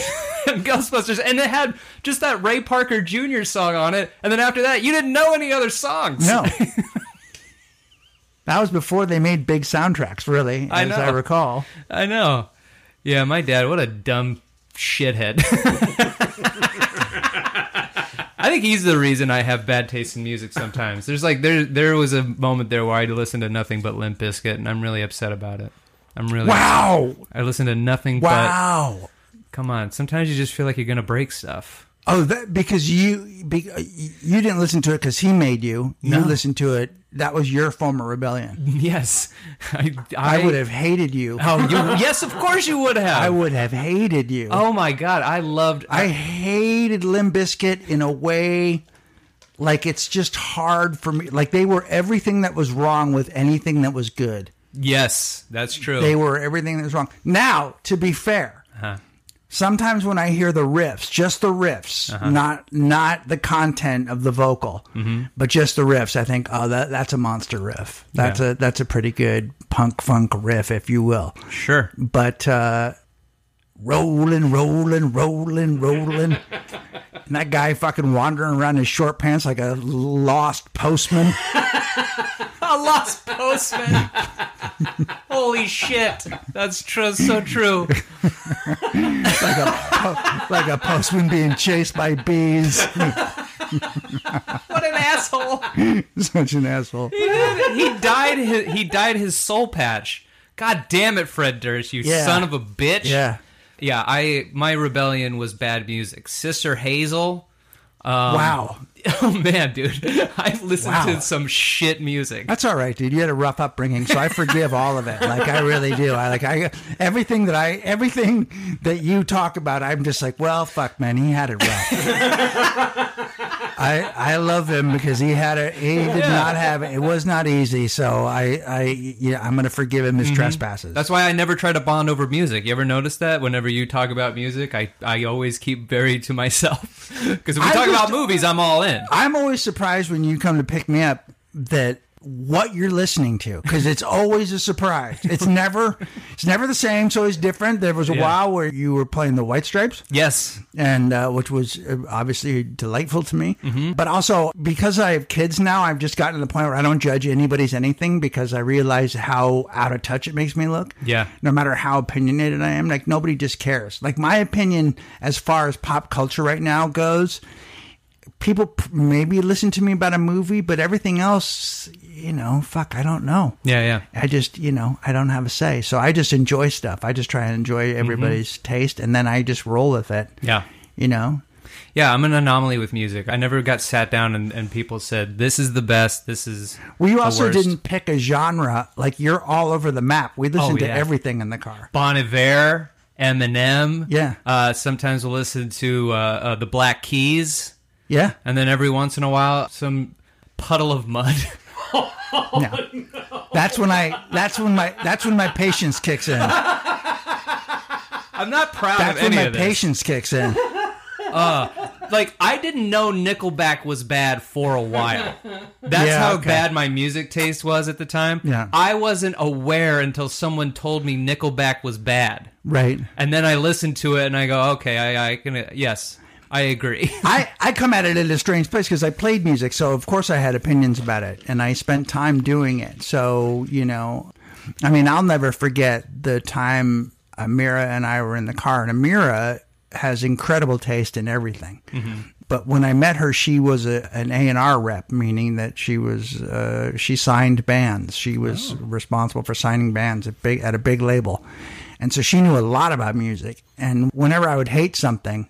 [SPEAKER 3] Ghostbusters. And it had just that Ray Parker Jr. song on it. And then after that, you didn't know any other songs.
[SPEAKER 2] No. That was before they made big soundtracks, really,
[SPEAKER 3] I
[SPEAKER 2] as I
[SPEAKER 3] know.
[SPEAKER 2] recall.
[SPEAKER 3] I know. Yeah, my dad, what a dumb shithead. I think he's the reason I have bad taste in music sometimes. There's like there there was a moment there where I listened to nothing but Limp Bizkit and I'm really upset about it. I'm really
[SPEAKER 2] Wow!
[SPEAKER 3] I listened to nothing
[SPEAKER 2] Wow!
[SPEAKER 3] but come on, sometimes you just feel like you're gonna break stuff.
[SPEAKER 2] Oh, that because you be, uh, you didn't listen to it because he made you. You
[SPEAKER 3] No.
[SPEAKER 2] listened to it. That was your former rebellion.
[SPEAKER 3] Yes, I,
[SPEAKER 2] I, would have hated you.
[SPEAKER 3] Oh, you, yes, of course you would have.
[SPEAKER 2] I would have hated you.
[SPEAKER 3] Oh my god, I loved.
[SPEAKER 2] I hated Limp Bizkit in a way like it's just hard for me. Like they were everything that was wrong with anything that was good.
[SPEAKER 3] yes, that's true.
[SPEAKER 2] They were everything that was wrong. Now, to be fair, sometimes when I hear the riffs, just the riffs, not not the content of the vocal, but just the riffs, I think, oh, that that's a monster riff. That's
[SPEAKER 3] Yeah.
[SPEAKER 2] a that's a pretty good punk funk riff, if you will
[SPEAKER 3] sure.
[SPEAKER 2] but uh, rolling, rolling, rolling, rolling. and that guy fucking wandering around in short pants like a lost postman.
[SPEAKER 3] A lost postman. Holy shit, that's true. So true.
[SPEAKER 2] like a postman being chased by bees.
[SPEAKER 3] What an asshole.
[SPEAKER 2] Such an asshole.
[SPEAKER 3] he died. His, he died his soul patch. God damn it, Fred Durst, you
[SPEAKER 2] Yeah.
[SPEAKER 3] son of a bitch.
[SPEAKER 2] Yeah.
[SPEAKER 3] yeah. I my rebellion was bad music. Sister Hazel.
[SPEAKER 2] wow.
[SPEAKER 3] Oh man, dude, I've listened
[SPEAKER 2] Wow.
[SPEAKER 3] to some shit music.
[SPEAKER 2] That's all right, dude. You had a rough upbringing, so I forgive all of it. Like I really do. I like I everything that I everything that you talk about. I'm just like, well, fuck, man. He had it rough. I I love him because he had it. He did not have it. It was not easy. So I I yeah, I'm gonna forgive him his trespasses.
[SPEAKER 3] That's why I never try to bond over music. You ever notice that? Whenever you talk about music, I, I always keep buried to myself. Because if we
[SPEAKER 2] I
[SPEAKER 3] talk
[SPEAKER 2] was-
[SPEAKER 3] about movies, I'm all in.
[SPEAKER 2] I'm always surprised when you come to pick me up that what you're listening to because it's always a surprise. It's never it's never the same. It's always different. There was a
[SPEAKER 3] Yeah.
[SPEAKER 2] while where you were playing the White Stripes.
[SPEAKER 3] Yes.
[SPEAKER 2] and uh, which was uh, obviously delightful to me. But also because I have kids now, I've just gotten to the point where I don't judge anybody's anything because I realize how out of touch it makes me look.
[SPEAKER 3] Yeah.
[SPEAKER 2] No matter how opinionated I am, like nobody just cares. Like my opinion as far as pop culture right now goes, people p- maybe listen to me about a movie, but everything else, you know, fuck, I don't know.
[SPEAKER 3] Yeah, yeah.
[SPEAKER 2] I just, you know, I don't have a say. So I just enjoy stuff. I just try and enjoy everybody's taste and then I just roll with it.
[SPEAKER 3] Yeah.
[SPEAKER 2] You know?
[SPEAKER 3] Yeah, I'm an anomaly with music. I never got sat down and, and people said, this is the best, this is.
[SPEAKER 2] We
[SPEAKER 3] the
[SPEAKER 2] also
[SPEAKER 3] worst."
[SPEAKER 2] didn't pick a genre. Like you're all over the map. We listen
[SPEAKER 3] Oh,
[SPEAKER 2] to
[SPEAKER 3] yeah.
[SPEAKER 2] everything in the car.
[SPEAKER 3] Bon Iver, Eminem.
[SPEAKER 2] Yeah.
[SPEAKER 3] Uh, sometimes we'll listen to uh, uh, the Black Keys.
[SPEAKER 2] Yeah.
[SPEAKER 3] And then every once in a while, some puddle of mud. Oh,
[SPEAKER 2] no. That's when I that's when my that's when my patience kicks in.
[SPEAKER 3] I'm not proud
[SPEAKER 2] That's
[SPEAKER 3] of
[SPEAKER 2] when
[SPEAKER 3] any
[SPEAKER 2] my
[SPEAKER 3] of this.
[SPEAKER 2] patience kicks in.
[SPEAKER 3] like I didn't know Nickelback was bad for a while. That's
[SPEAKER 2] Yeah,
[SPEAKER 3] how
[SPEAKER 2] okay.
[SPEAKER 3] bad my music taste was at the time.
[SPEAKER 2] Yeah.
[SPEAKER 3] I wasn't aware until someone told me Nickelback was bad.
[SPEAKER 2] Right.
[SPEAKER 3] And then I listened to it and I go, okay, I, I can, yes, I agree.
[SPEAKER 2] I, I come at it at a strange place because I played music, so of course I had opinions about it, and I spent time doing it. So you know, I mean, I'll never forget the time Amira and I were in the car, and Amira has incredible taste in everything. But when I met her, she was a, an A and R rep, meaning that she was uh, she signed bands. She was responsible for signing bands at big at a big label, and so she knew a lot about music. And whenever I would hate something,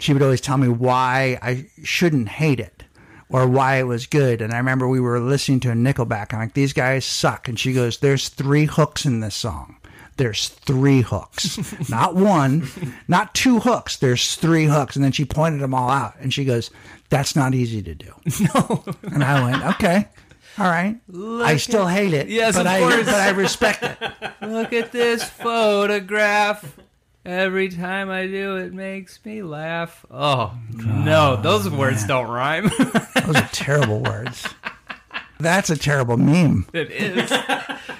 [SPEAKER 2] she would always tell me why I shouldn't hate it or why it was good. And I remember we were listening to a Nickelback. I'm like, these guys suck. And she goes, there's three hooks in this song. There's three hooks, not one, not two hooks. There's three hooks. And then she pointed them all out and she goes, that's not easy to do. No. And I went, okay. All right. I still hate it.
[SPEAKER 3] Yes,
[SPEAKER 2] but
[SPEAKER 3] of
[SPEAKER 2] I
[SPEAKER 3] course.
[SPEAKER 2] but I respect it.
[SPEAKER 3] Look at this photograph. Every time I do, it makes me laugh. Oh, no, those words don't rhyme.
[SPEAKER 2] Those are terrible words. That's a terrible meme.
[SPEAKER 3] it is.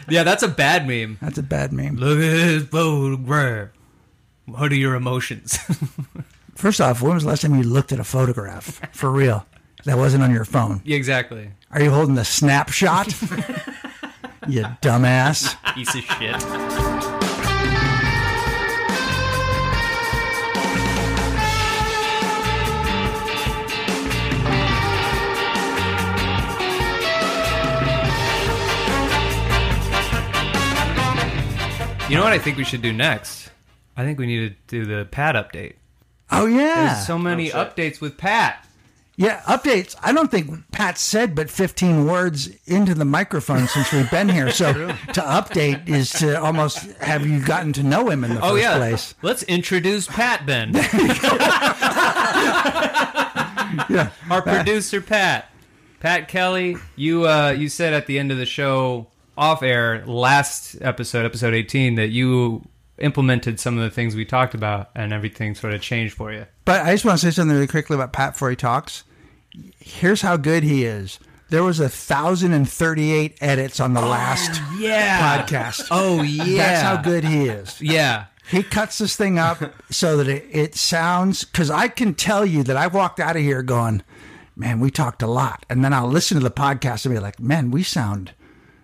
[SPEAKER 3] Yeah, that's a bad meme.
[SPEAKER 2] That's a bad meme.
[SPEAKER 3] Look at this photograph. What are your emotions?
[SPEAKER 2] First off, when was the last time you looked at a photograph for real? That wasn't on your phone.
[SPEAKER 3] Yeah, exactly.
[SPEAKER 2] Are you holding the snapshot? you dumbass.
[SPEAKER 3] Piece of shit. You know what I think we should do next? I think we need to do the pad update.
[SPEAKER 2] Oh yeah.
[SPEAKER 3] There's so many
[SPEAKER 4] Oh, shit.
[SPEAKER 3] updates with Pat.
[SPEAKER 2] Yeah, updates. I don't think Pat said but 15 words into the microphone since we've been here. So to update is to almost have you gotten to know him in the
[SPEAKER 3] Oh
[SPEAKER 2] first
[SPEAKER 3] yeah,
[SPEAKER 2] place.
[SPEAKER 3] let's introduce Pat then.
[SPEAKER 2] Yeah.
[SPEAKER 3] Our producer Pat, Pat Kelly. You uh, you said at the end of the show off air last episode, episode eighteen, that you implemented some of the things we talked about, and everything sort of changed for you.
[SPEAKER 2] But I just want to say something really quickly about Pat before he talks. Here's how good he is. There was a thousand and thirty-eight edits on the last
[SPEAKER 3] Yeah.
[SPEAKER 2] podcast.
[SPEAKER 3] Oh yeah.
[SPEAKER 2] That's how good he is.
[SPEAKER 3] Yeah.
[SPEAKER 2] He cuts this thing up so that it, it sounds because I can tell you that I walked out of here going, man, we talked a lot, and then I'll listen to the podcast and be like, man, we sound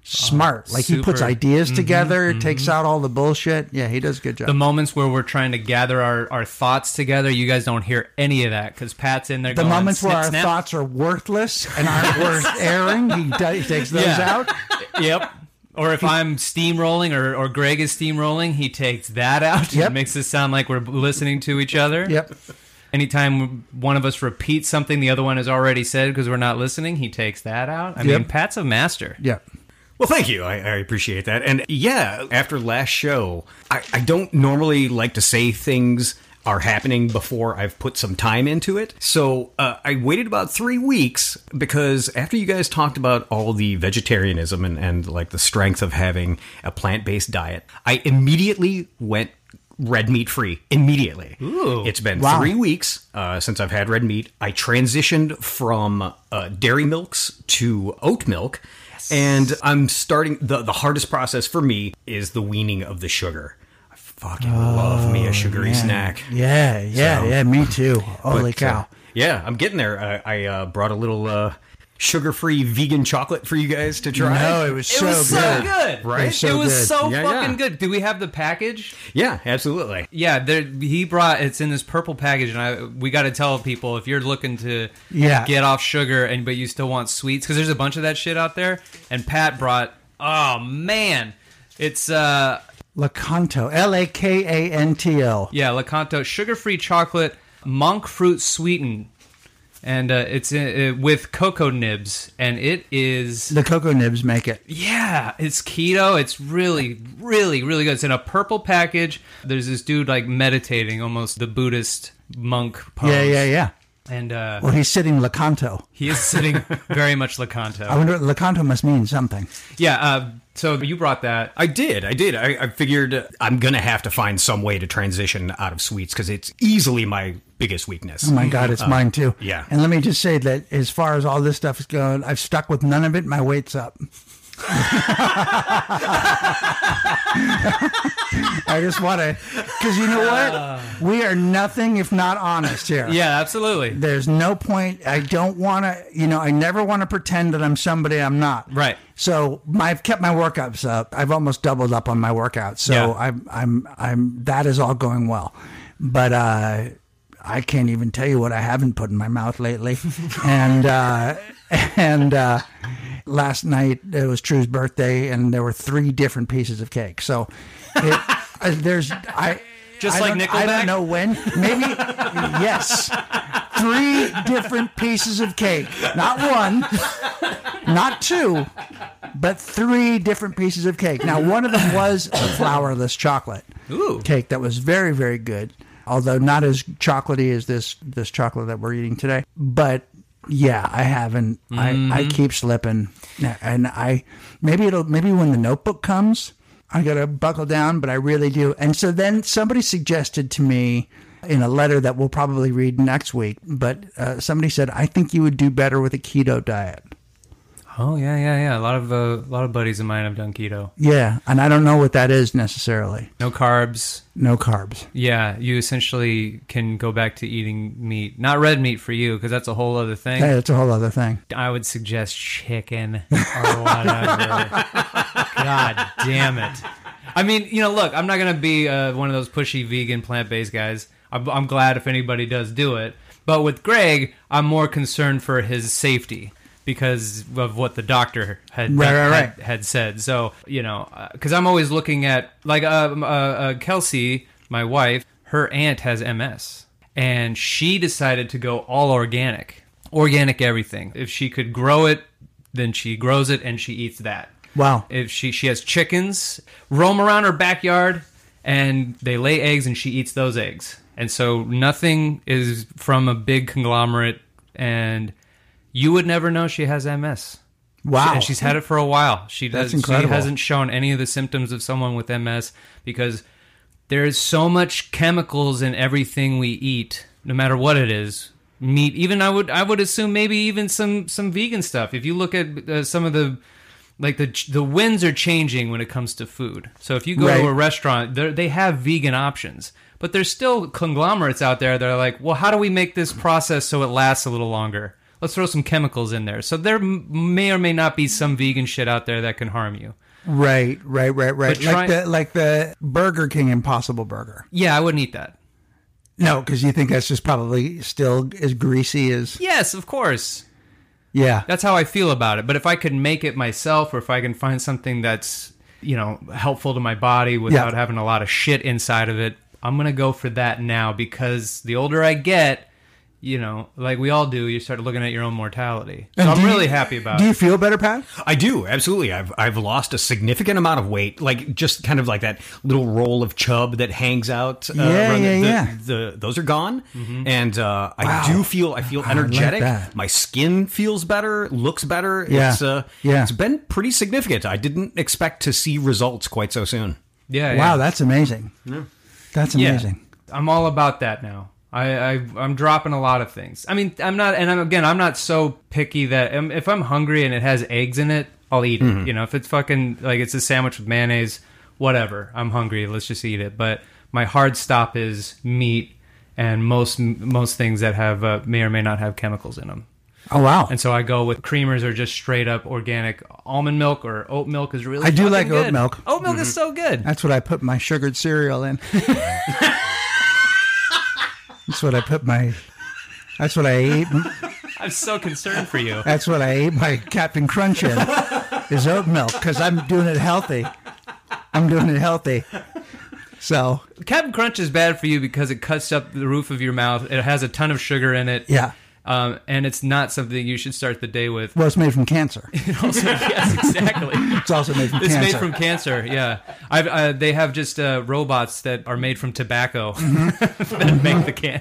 [SPEAKER 2] smart. like he puts
[SPEAKER 3] super.
[SPEAKER 2] ideas together, takes out all the bullshit. Yeah, he does a good job.
[SPEAKER 3] The moments where we're trying to gather our, our thoughts together, you guys don't hear any of that because Pat's in there.
[SPEAKER 2] the
[SPEAKER 3] going,
[SPEAKER 2] moments where
[SPEAKER 3] "Snip,
[SPEAKER 2] our
[SPEAKER 3] snap."
[SPEAKER 2] thoughts are worthless and aren't worth airing, he, does, he takes those
[SPEAKER 3] Yeah.
[SPEAKER 2] out.
[SPEAKER 3] yep. Or if I'm steamrolling or, or Greg is steamrolling, he takes that out
[SPEAKER 2] Yep.
[SPEAKER 3] and makes it sound like we're listening to each other.
[SPEAKER 2] Yep.
[SPEAKER 3] Anytime one of us repeats something the other one has already said because we're not listening, he takes that out. I
[SPEAKER 2] Yep.
[SPEAKER 3] mean, Pat's a master.
[SPEAKER 2] Yep.
[SPEAKER 4] Well,
[SPEAKER 5] Thank you. I, I appreciate that. And yeah, after last show, I, I don't normally like to say things are happening before I've put some time into it. So uh, I waited about three weeks because after you guys talked about all the vegetarianism and, and like the strength of having a plant based diet, I immediately went red meat free immediately. It's been
[SPEAKER 2] Wow.
[SPEAKER 5] three weeks uh, since I've had red meat. I transitioned from uh, dairy milks to oat milk. And I'm starting the the hardest process for me is the weaning of the sugar. I fucking love
[SPEAKER 2] Oh,
[SPEAKER 5] me a sugary snack.
[SPEAKER 2] Yeah, yeah, yeah. Me too. Holy
[SPEAKER 5] But, uh,
[SPEAKER 2] cow.
[SPEAKER 5] yeah, I'm getting there. I, I uh, brought a little uh, sugar-free vegan chocolate for you guys to try.
[SPEAKER 2] no, it was
[SPEAKER 3] It
[SPEAKER 2] so
[SPEAKER 3] was
[SPEAKER 2] good.
[SPEAKER 3] so good.
[SPEAKER 5] Right?
[SPEAKER 3] It
[SPEAKER 5] It
[SPEAKER 3] was
[SPEAKER 5] was
[SPEAKER 2] so
[SPEAKER 3] so,
[SPEAKER 2] good.
[SPEAKER 5] Yeah,
[SPEAKER 3] fucking
[SPEAKER 5] yeah.
[SPEAKER 3] good. Do we have the package?
[SPEAKER 5] Yeah, absolutely.
[SPEAKER 3] Yeah, there, he brought it's in this purple package, and I we got to tell people if you're looking to
[SPEAKER 2] Yeah.
[SPEAKER 3] get off sugar and but you still want sweets because there's a bunch of that shit out there. And Pat brought oh man, it's uh
[SPEAKER 2] Lakanto. L A K A N T O.
[SPEAKER 3] yeah Lakanto sugar free chocolate monk fruit sweetened, and uh, it's uh, with cocoa nibs, and it is
[SPEAKER 2] The cocoa nibs make it.
[SPEAKER 3] Yeah, it's keto. It's really, really, really good. It's in a purple package. There's this dude like meditating, almost the Buddhist monk pose.
[SPEAKER 2] Yeah, yeah, yeah.
[SPEAKER 3] And uh,
[SPEAKER 2] Well, he's sitting Lakanto.
[SPEAKER 3] he is sitting very much
[SPEAKER 2] I
[SPEAKER 3] Lakanto.
[SPEAKER 2] wonder, Lakanto must mean something.
[SPEAKER 3] Yeah. Uh, so you brought that.
[SPEAKER 5] I did. I did. I, I figured uh, I'm gonna have to find some way to transition out of sweets because it's easily my biggest weakness.
[SPEAKER 2] Oh my God, it's mine too.
[SPEAKER 5] yeah.
[SPEAKER 2] And let me just say that as far as all this stuff is going, I've stuck with none of it. My weight's up. I just want to, because you know what? We are nothing if not honest here.
[SPEAKER 3] Yeah, absolutely.
[SPEAKER 2] There's no point. I don't want to, you know, I never want to pretend that I'm somebody I'm not.
[SPEAKER 3] Right.
[SPEAKER 2] So my, I've kept my workouts up. I've almost doubled up on my workouts. So
[SPEAKER 3] Yeah.
[SPEAKER 2] I'm, I'm, I'm, that is all going well. But, uh, I can't even tell you what I haven't put in my mouth lately. and, uh, and, uh, last night it was True's birthday and there were three different pieces of cake. So it, uh, there's, I,
[SPEAKER 3] Just
[SPEAKER 2] I
[SPEAKER 3] like
[SPEAKER 2] don't- I
[SPEAKER 3] Nickelback?
[SPEAKER 2] don't know when. Maybe yes. Three different pieces of cake. Not one, not two, but three different pieces of cake. Now one of them was a flourless chocolate
[SPEAKER 3] Ooh.
[SPEAKER 2] cake that was very, very good. Although not as chocolatey as this this chocolate that we're eating today. But yeah, I haven't I, I keep slipping. And I maybe it'll maybe when the notebook comes I gotta buckle down, but I really do. And so then somebody suggested to me in a letter that we'll probably read next week, but uh, somebody said, "I think you would do better with a keto diet."
[SPEAKER 3] Oh yeah, yeah, yeah. A lot of uh, a lot of buddies of mine have done keto.
[SPEAKER 2] Yeah, and I don't know what that is necessarily.
[SPEAKER 3] No carbs.
[SPEAKER 2] No carbs.
[SPEAKER 3] Yeah, you essentially can go back to eating meat, not red meat for you, because that's a whole other thing.
[SPEAKER 2] Hey, that's a whole other thing.
[SPEAKER 3] I would suggest chicken or whatever. God damn it. I mean, you know, look, I'm not going to be uh, one of those pushy vegan plant based guys. I'm, I'm glad if anybody does do it. But with Greg, I'm more concerned for his safety because of what the doctor had
[SPEAKER 2] Right, right, right.
[SPEAKER 3] had, had said. So, you know, because I'm always uh, looking at, like, uh, uh, uh, Kelsey, my wife, her aunt has MS. and she decided to go all organic, organic everything. If she could grow it, then she grows it and she eats that.
[SPEAKER 2] Wow.
[SPEAKER 3] If she she has chickens roam around her backyard and they lay eggs and she eats those eggs. And so nothing is from a big conglomerate and you would never know she has MS.
[SPEAKER 2] Wow.
[SPEAKER 3] And she's had it for a while. She does
[SPEAKER 2] That's incredible.
[SPEAKER 3] she hasn't shown any of the symptoms of someone with MS because there's so much chemicals in everything we eat, no matter what it is. Meat, even I would I would assume maybe even some some vegan stuff. If you look at uh, some of the like the the winds are changing when it comes to food. So if you go
[SPEAKER 2] Right.
[SPEAKER 3] to a restaurant, they're- they have vegan options, but there's still conglomerates out there that are like, well, how do we make this process so it lasts a little longer? Let's throw some chemicals in there. So there m- may or may not be some vegan shit out there that can harm you.
[SPEAKER 2] Right, right, right, right.
[SPEAKER 3] But
[SPEAKER 2] like
[SPEAKER 3] try-
[SPEAKER 2] the like the Burger King Impossible Burger.
[SPEAKER 3] Yeah, I wouldn't eat that.
[SPEAKER 2] No, because you think that's just probably still as greasy as
[SPEAKER 3] Yes, of course.
[SPEAKER 2] yeah.
[SPEAKER 3] That's how I feel about it. But if I could make it myself, or if I can find something that's you know helpful to my body without
[SPEAKER 2] Yeah.
[SPEAKER 3] having a lot of shit inside of it, I'm gonna go for that now because the older I get, you know, like we all do, you start looking at your own mortality. So
[SPEAKER 2] And
[SPEAKER 3] I'm
[SPEAKER 2] do you-
[SPEAKER 3] really happy about
[SPEAKER 2] Do you
[SPEAKER 3] it.
[SPEAKER 2] feel better, Pat?
[SPEAKER 5] I do absolutely. I've I've lost a significant amount of weight, like just kind of like that little roll of chub that hangs out. Uh,
[SPEAKER 2] Yeah,
[SPEAKER 5] around the-
[SPEAKER 2] yeah,
[SPEAKER 5] the,
[SPEAKER 2] yeah. Mm-hmm.
[SPEAKER 5] The, those are gone, and uh, I do feel I feel
[SPEAKER 2] like
[SPEAKER 5] energetic.
[SPEAKER 2] that.
[SPEAKER 5] My skin feels better, looks better.
[SPEAKER 2] Yeah,
[SPEAKER 5] It's, uh,
[SPEAKER 2] yeah.
[SPEAKER 5] it's been pretty significant. I didn't expect to see results quite so soon.
[SPEAKER 3] Yeah. yeah.
[SPEAKER 2] Wow, that's amazing. That's amazing.
[SPEAKER 3] I'm all about that now. I, I I'm dropping a lot of things. I mean, I'm not, and I'm again, I'm not so picky that um, if I'm hungry and it has eggs in it, I'll eat
[SPEAKER 2] Mm-hmm.
[SPEAKER 3] it. You know, if it's fucking like it's a sandwich with mayonnaise, whatever. I'm hungry. Let's just eat it. But my hard stop is meat and most most things that have uh, may or may not have chemicals in them.
[SPEAKER 2] Oh wow.
[SPEAKER 3] And so I go with creamers or just straight up organic almond milk or oat milk is really.
[SPEAKER 2] I do
[SPEAKER 3] fucking
[SPEAKER 2] like oat
[SPEAKER 3] good.
[SPEAKER 2] milk. Mm-hmm.
[SPEAKER 3] Oat milk is so good.
[SPEAKER 2] That's what I put my sugared cereal in. that's what I put my. That's what I ate.
[SPEAKER 3] I'm so concerned for you.
[SPEAKER 2] That's what I ate my Captain Crunch in. Is oat milk because I'm doing it healthy. I'm doing it healthy. So
[SPEAKER 3] Captain Crunch is bad for you because it cuts up the roof of your mouth. It has a ton of sugar in it.
[SPEAKER 2] Yeah.
[SPEAKER 3] Um, and it's not something you should start the day with.
[SPEAKER 2] well, it's made from cancer.
[SPEAKER 3] Also, yes, exactly.
[SPEAKER 2] It's also made from
[SPEAKER 3] It's
[SPEAKER 2] cancer.
[SPEAKER 3] made from cancer. Yeah, I've, uh, they have just uh, robots that are made from tobacco that make the can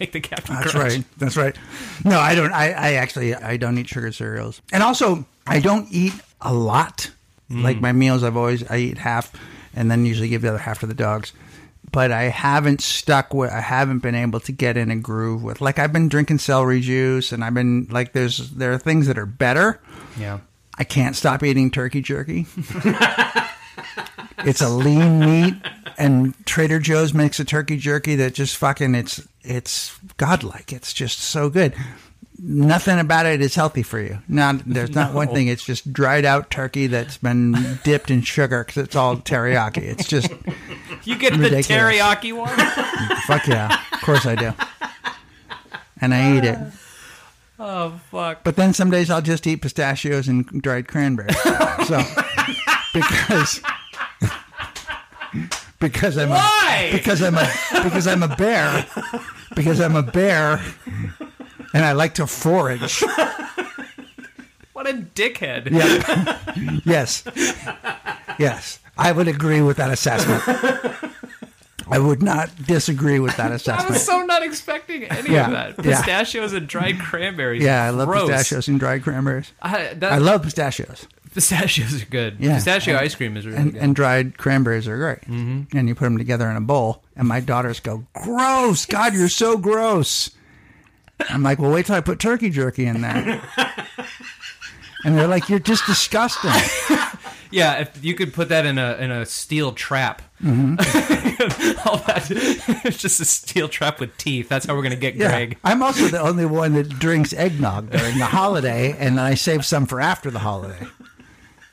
[SPEAKER 3] make the Captain
[SPEAKER 2] Mm-hmm. That's
[SPEAKER 3] Crunch.
[SPEAKER 2] right. That's right. No, I don't. I, I actually I don't eat sugar cereals, and also I don't eat a lot. Like my meals, I've always I eat half, and then usually give the other half to the dogs. But I haven't stuck with. I haven't been able to get in a groove with. Like I've been drinking celery juice, and I've been like, there's there are things that are better.
[SPEAKER 3] Yeah.
[SPEAKER 2] I can't stop eating turkey jerky. it's a lean meat, and Trader Joe's makes a turkey jerky that just fucking it's it's godlike. It's just so good. Nothing about it is healthy for you. Not there's not one thing. It's just dried out turkey that's been dipped in sugar because it's all teriyaki. It's just
[SPEAKER 3] You get
[SPEAKER 2] Ridiculous.
[SPEAKER 3] the teriyaki one.
[SPEAKER 2] fuck yeah. Of course I do, and I eat it.
[SPEAKER 3] Oh fuck.
[SPEAKER 2] But then some days I'll just eat pistachios and dried cranberries. so because because I'm
[SPEAKER 3] Why?
[SPEAKER 2] A, because I'm a because I'm a bear because I'm a bear and I like to forage.
[SPEAKER 3] What a dickhead.
[SPEAKER 2] Yeah. yes. Yes. I would agree with that assessment. I would not disagree with that
[SPEAKER 3] I
[SPEAKER 2] assessment.
[SPEAKER 3] was so not expecting any
[SPEAKER 2] Yeah.
[SPEAKER 3] of that.
[SPEAKER 2] Yeah.
[SPEAKER 3] Pistachios and dried cranberries.
[SPEAKER 2] yeah, I love
[SPEAKER 3] Gross.
[SPEAKER 2] pistachios and dried cranberries.
[SPEAKER 3] I, that,
[SPEAKER 2] I love pistachios.
[SPEAKER 3] Pistachios are good.
[SPEAKER 2] Yeah.
[SPEAKER 3] Pistachio ice cream is really
[SPEAKER 2] and,
[SPEAKER 3] good.
[SPEAKER 2] and dried cranberries are great. Mm-hmm. And you put them together in a bowl, and my daughters go, "Gross! God, you're so gross." I'm like, "Well, wait till I put turkey jerky in there." and they're like, "You're just disgusting."
[SPEAKER 3] yeah, if you could put that in a in a steel trap.
[SPEAKER 2] Mm-hmm.
[SPEAKER 3] All that, it's just a steel trap with teeth. That's how we're gonna get
[SPEAKER 2] Yeah.
[SPEAKER 3] Greg.
[SPEAKER 2] I'm also the only one that drinks eggnog during the holiday, and I save some for after the holiday.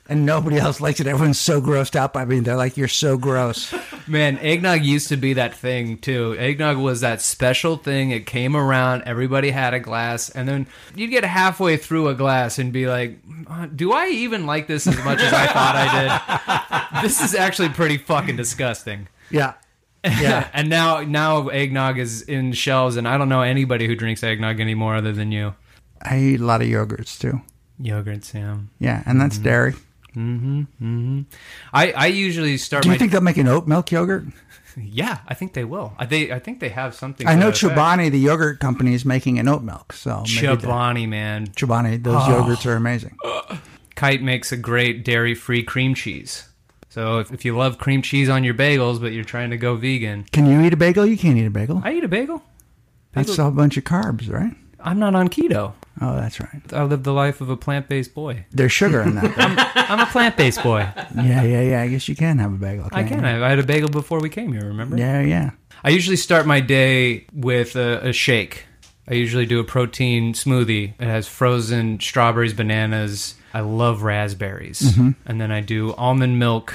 [SPEAKER 2] And nobody else likes it. Everyone's so grossed out by me. They're like, "You're so gross."
[SPEAKER 3] Man, eggnog used to be that thing too. Eggnog was that special thing. It came around. Everybody had a glass, and then you'd get halfway through a glass and be like, "Uh, "Do I even like this as much as I thought I did? this is actually pretty fucking disgusting."
[SPEAKER 2] Yeah. Yeah.
[SPEAKER 3] and now now eggnog is in shelves, and I don't know anybody who drinks eggnog anymore other than you.
[SPEAKER 2] I eat a lot of yogurts too.
[SPEAKER 3] Yogurt, Sam.
[SPEAKER 2] Yeah, and that's
[SPEAKER 3] Mm-hmm.
[SPEAKER 2] dairy.
[SPEAKER 3] I, I usually start
[SPEAKER 2] Do
[SPEAKER 3] my
[SPEAKER 2] you think they'll make an oat milk yogurt?
[SPEAKER 3] yeah. I think they will. I, they I think they have something.
[SPEAKER 2] I
[SPEAKER 3] to
[SPEAKER 2] know
[SPEAKER 3] that effect.
[SPEAKER 2] Chobani, the yogurt company, is making an oat milk. So maybe the-
[SPEAKER 3] Chobani, Oh. man.
[SPEAKER 2] Chobani, those yogurts are amazing.
[SPEAKER 3] Kite makes a great dairy-free cream cheese. So if, if you love cream cheese on your bagels, but you're trying to go vegan,
[SPEAKER 2] Can you eat a bagel? You can't eat a bagel.
[SPEAKER 3] I eat a bagel.
[SPEAKER 2] That's a whole bunch of carbs, right?
[SPEAKER 3] I'm not on keto.
[SPEAKER 2] Oh, that's right.
[SPEAKER 3] I live the life of a plant-based boy.
[SPEAKER 2] There's sugar in that. though.
[SPEAKER 3] I'm a plant-based boy.
[SPEAKER 2] yeah, yeah, yeah. I guess you can have a bagel. can't
[SPEAKER 3] I
[SPEAKER 2] you?
[SPEAKER 3] can. I I had a bagel before we came here. Remember?
[SPEAKER 2] Yeah, yeah.
[SPEAKER 3] I usually start my day with a, a shake. I usually do a protein smoothie. It has frozen strawberries, bananas. I love raspberries. And then I do almond milk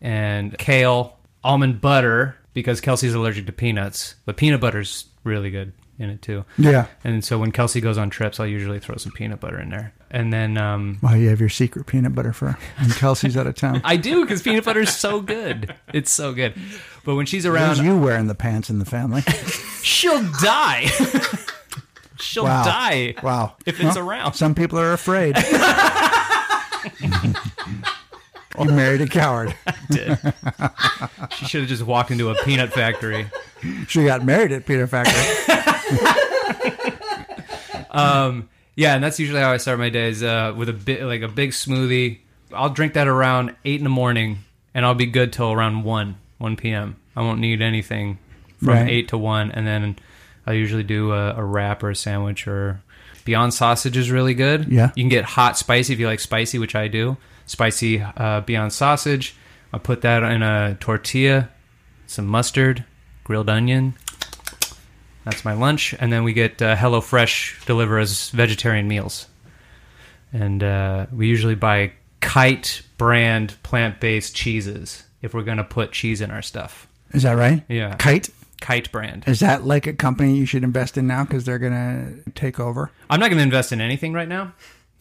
[SPEAKER 3] and kale, almond butter because Kelsey's allergic to peanuts, but peanut butter's really good in it too.
[SPEAKER 2] Yeah.
[SPEAKER 3] And so when Kelsey goes on trips, I'll usually throw some peanut butter in there. And then um
[SPEAKER 2] Well, you have your secret peanut butter for when Kelsey's out of town.
[SPEAKER 3] I do because peanut butter's so good. It's so good. But when she's
[SPEAKER 2] Who's
[SPEAKER 3] around,
[SPEAKER 2] you wearing the pants in the family?
[SPEAKER 3] she'll die. she'll
[SPEAKER 2] Wow.
[SPEAKER 3] die.
[SPEAKER 2] Wow.
[SPEAKER 3] If it's around.
[SPEAKER 2] Some people are afraid. you married a coward.
[SPEAKER 3] She should have just walked into a peanut factory.
[SPEAKER 2] She got married at Peter Factory.
[SPEAKER 3] Yeah, and that's usually how I start my days uh, with a bit like a big smoothie. I'll drink that around eight in the morning, and I'll be good till around one one p.m. I won't need anything from
[SPEAKER 2] Right.
[SPEAKER 3] eight to one, and then I usually do a, a wrap or a sandwich or Beyond Sausage is really good.
[SPEAKER 2] Yeah.
[SPEAKER 3] you can get hot spicy if you like spicy, which I do. Spicy uh, Beyond Sausage. I put that in a tortilla, some mustard, grilled onion, That's my lunch, and then we get uh, HelloFresh deliver us vegetarian meals, and uh, we usually buy Kite brand plant based cheeses if we're gonna put cheese in our stuff.
[SPEAKER 2] Is that right?
[SPEAKER 3] Yeah.
[SPEAKER 2] Kite?
[SPEAKER 3] Kite brand.
[SPEAKER 2] Is that like a company you should invest in now because they're going to take over?
[SPEAKER 3] I'm not gonna invest in anything right now.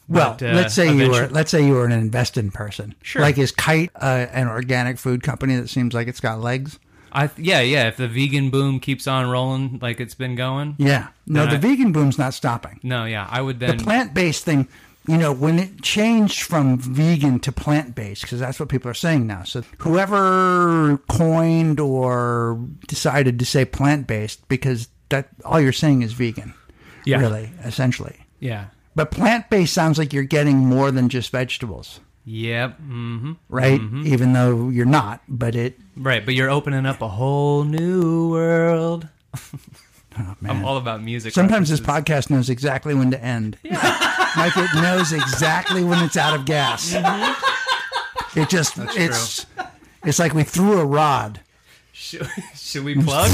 [SPEAKER 2] Well,
[SPEAKER 3] but, uh,
[SPEAKER 2] let's say you were
[SPEAKER 3] eventually-
[SPEAKER 2] let's say you were an invested person.
[SPEAKER 3] Sure.
[SPEAKER 2] Like is Kite uh, an organic food company that seems like it's got legs?
[SPEAKER 3] I yeah yeah. If the vegan boom keeps on rolling like it's been going,
[SPEAKER 2] Yeah. No,
[SPEAKER 3] Then
[SPEAKER 2] the
[SPEAKER 3] I-
[SPEAKER 2] vegan boom's not stopping.
[SPEAKER 3] no yeah I would
[SPEAKER 2] The
[SPEAKER 3] then
[SPEAKER 2] plant based thing, you know, when it changed from vegan to plant based, because that's what people are saying now. So whoever coined or decided to say plant based, because that all you're saying is vegan,
[SPEAKER 3] Yeah.
[SPEAKER 2] really, essentially.
[SPEAKER 3] yeah
[SPEAKER 2] But plant based sounds like you're getting more than just vegetables,
[SPEAKER 3] yep hmm
[SPEAKER 2] right? Even though you're not, but it.
[SPEAKER 3] right. But you're opening up a whole new world.
[SPEAKER 2] Oh, man.
[SPEAKER 3] I'm all about music.
[SPEAKER 2] Sometimes this
[SPEAKER 3] references.
[SPEAKER 2] podcast knows exactly when to end. like it knows exactly when it's out of gas. It just it's it's like we threw a rod.
[SPEAKER 3] Should, should we plug?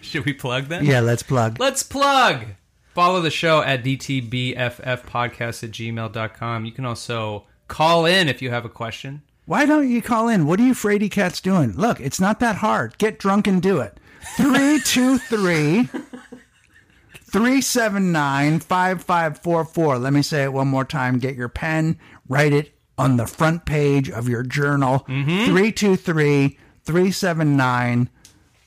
[SPEAKER 3] should we plug then?
[SPEAKER 2] Yeah, let's plug.
[SPEAKER 3] Let's plug. Follow the show at dtbffpodcast at gmail.com. You can also call in if you have a question.
[SPEAKER 2] Why don't you call in? What are you fraidy cats doing? Look, it's not that hard. Get drunk and do it. 323 379 5544. Let me say it one more time. Get your pen, write it on the front page of your journal. 323 379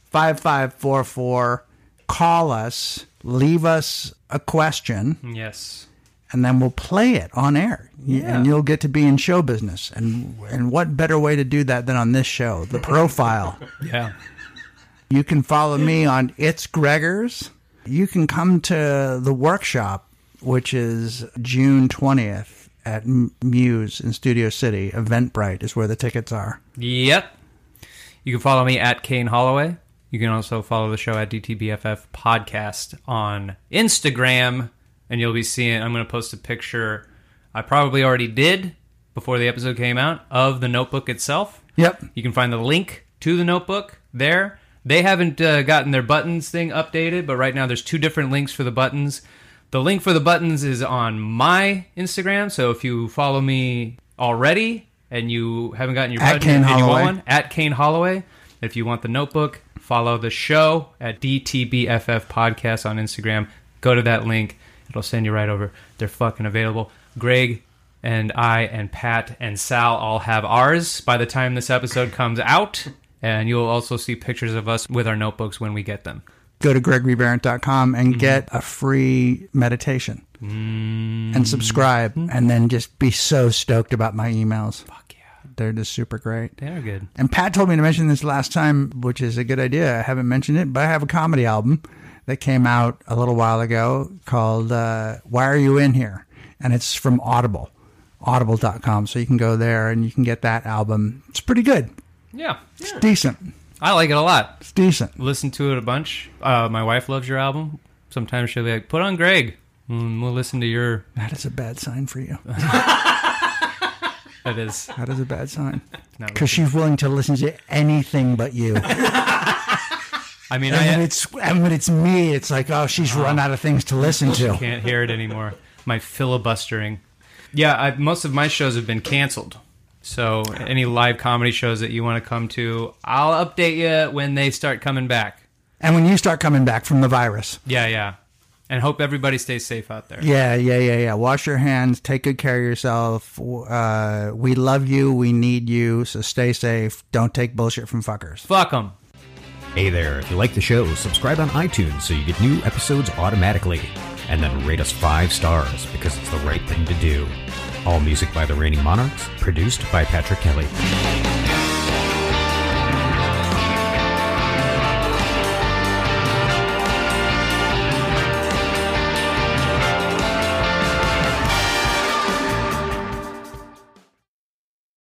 [SPEAKER 2] 5544. Call us, leave us a question
[SPEAKER 3] Yes.
[SPEAKER 2] and then we'll play it on air. Y- And you'll get to be in show business. And and what better way to do that than on this show, the profile.
[SPEAKER 3] Yeah.
[SPEAKER 2] you can follow me on It's Gregors. You can come to the workshop, which is June 20th at M- Muse in Studio City. Eventbrite is where the tickets are.
[SPEAKER 3] Yep. You can follow me at Kane Holloway. You can also follow the show at DTBFF Podcast on Instagram, and you'll be seeing. I'm going to post a picture. I probably already did before the episode came out of the Notebook itself.
[SPEAKER 2] Yep.
[SPEAKER 3] You can find the link to the Notebook there. They haven't uh, gotten their buttons thing updated, but right now there's two different links for the buttons. The link for the buttons is on my Instagram, so if you follow me already and you haven't gotten your
[SPEAKER 2] At
[SPEAKER 3] button
[SPEAKER 2] Kane
[SPEAKER 3] and you
[SPEAKER 2] Holloway.
[SPEAKER 3] want one, at Kane Holloway. If you want the Notebook, follow the show at DTBFF Podcast on Instagram. Go to that link; it'll send you right over. They're fucking available. Greg and I and Pat and Sal all have ours by the time this episode comes out, And you'll also see pictures of us with our notebooks when we get them.
[SPEAKER 2] Go to gregorybarrett.com and get a free meditation and subscribe, and then just be so stoked about my emails. Fuck yeah. They're just super great.
[SPEAKER 3] They're good.
[SPEAKER 2] And Pat told me to mention this last time, which is a good idea. I haven't mentioned it, but I have a comedy album that came out a little while ago called uh, Why Are You In Here? And it's from Audible, audible.com. So you can go there and you can get that album. It's pretty good.
[SPEAKER 3] Yeah.
[SPEAKER 2] It's decent.
[SPEAKER 3] I like it a lot.
[SPEAKER 2] It's decent.
[SPEAKER 3] Listen to it a bunch. Uh, my wife loves your album. Sometimes she'll be like, put on Greg. Mm, we'll listen to your.
[SPEAKER 2] That is a bad sign for you.
[SPEAKER 3] That is.
[SPEAKER 2] That is a bad sign.
[SPEAKER 3] Not
[SPEAKER 2] Because she's willing to listen to anything but you.
[SPEAKER 3] I mean,
[SPEAKER 2] And when
[SPEAKER 3] I
[SPEAKER 2] it's and when it's me, it's like, oh, she's run out of things to listen to.
[SPEAKER 3] can't hear it anymore. My filibustering. Yeah, I, most of my shows have been canceled. So any live comedy shows that you want to come to, I'll update you when they start coming back.
[SPEAKER 2] And when you start coming back from the virus.
[SPEAKER 3] Yeah, yeah. And hope everybody stays safe out there.
[SPEAKER 2] Yeah, yeah, yeah, yeah. Wash your hands. Take good care of yourself. Uh, we love you. We need you. So stay safe. Don't take bullshit from fuckers.
[SPEAKER 3] Fuck them.
[SPEAKER 5] Hey there, if you like the show, subscribe on iTunes so you get new episodes automatically. And then rate us five stars because it's the right thing to do. All music by the Reigning Monarchs, produced by Patrick Kelly.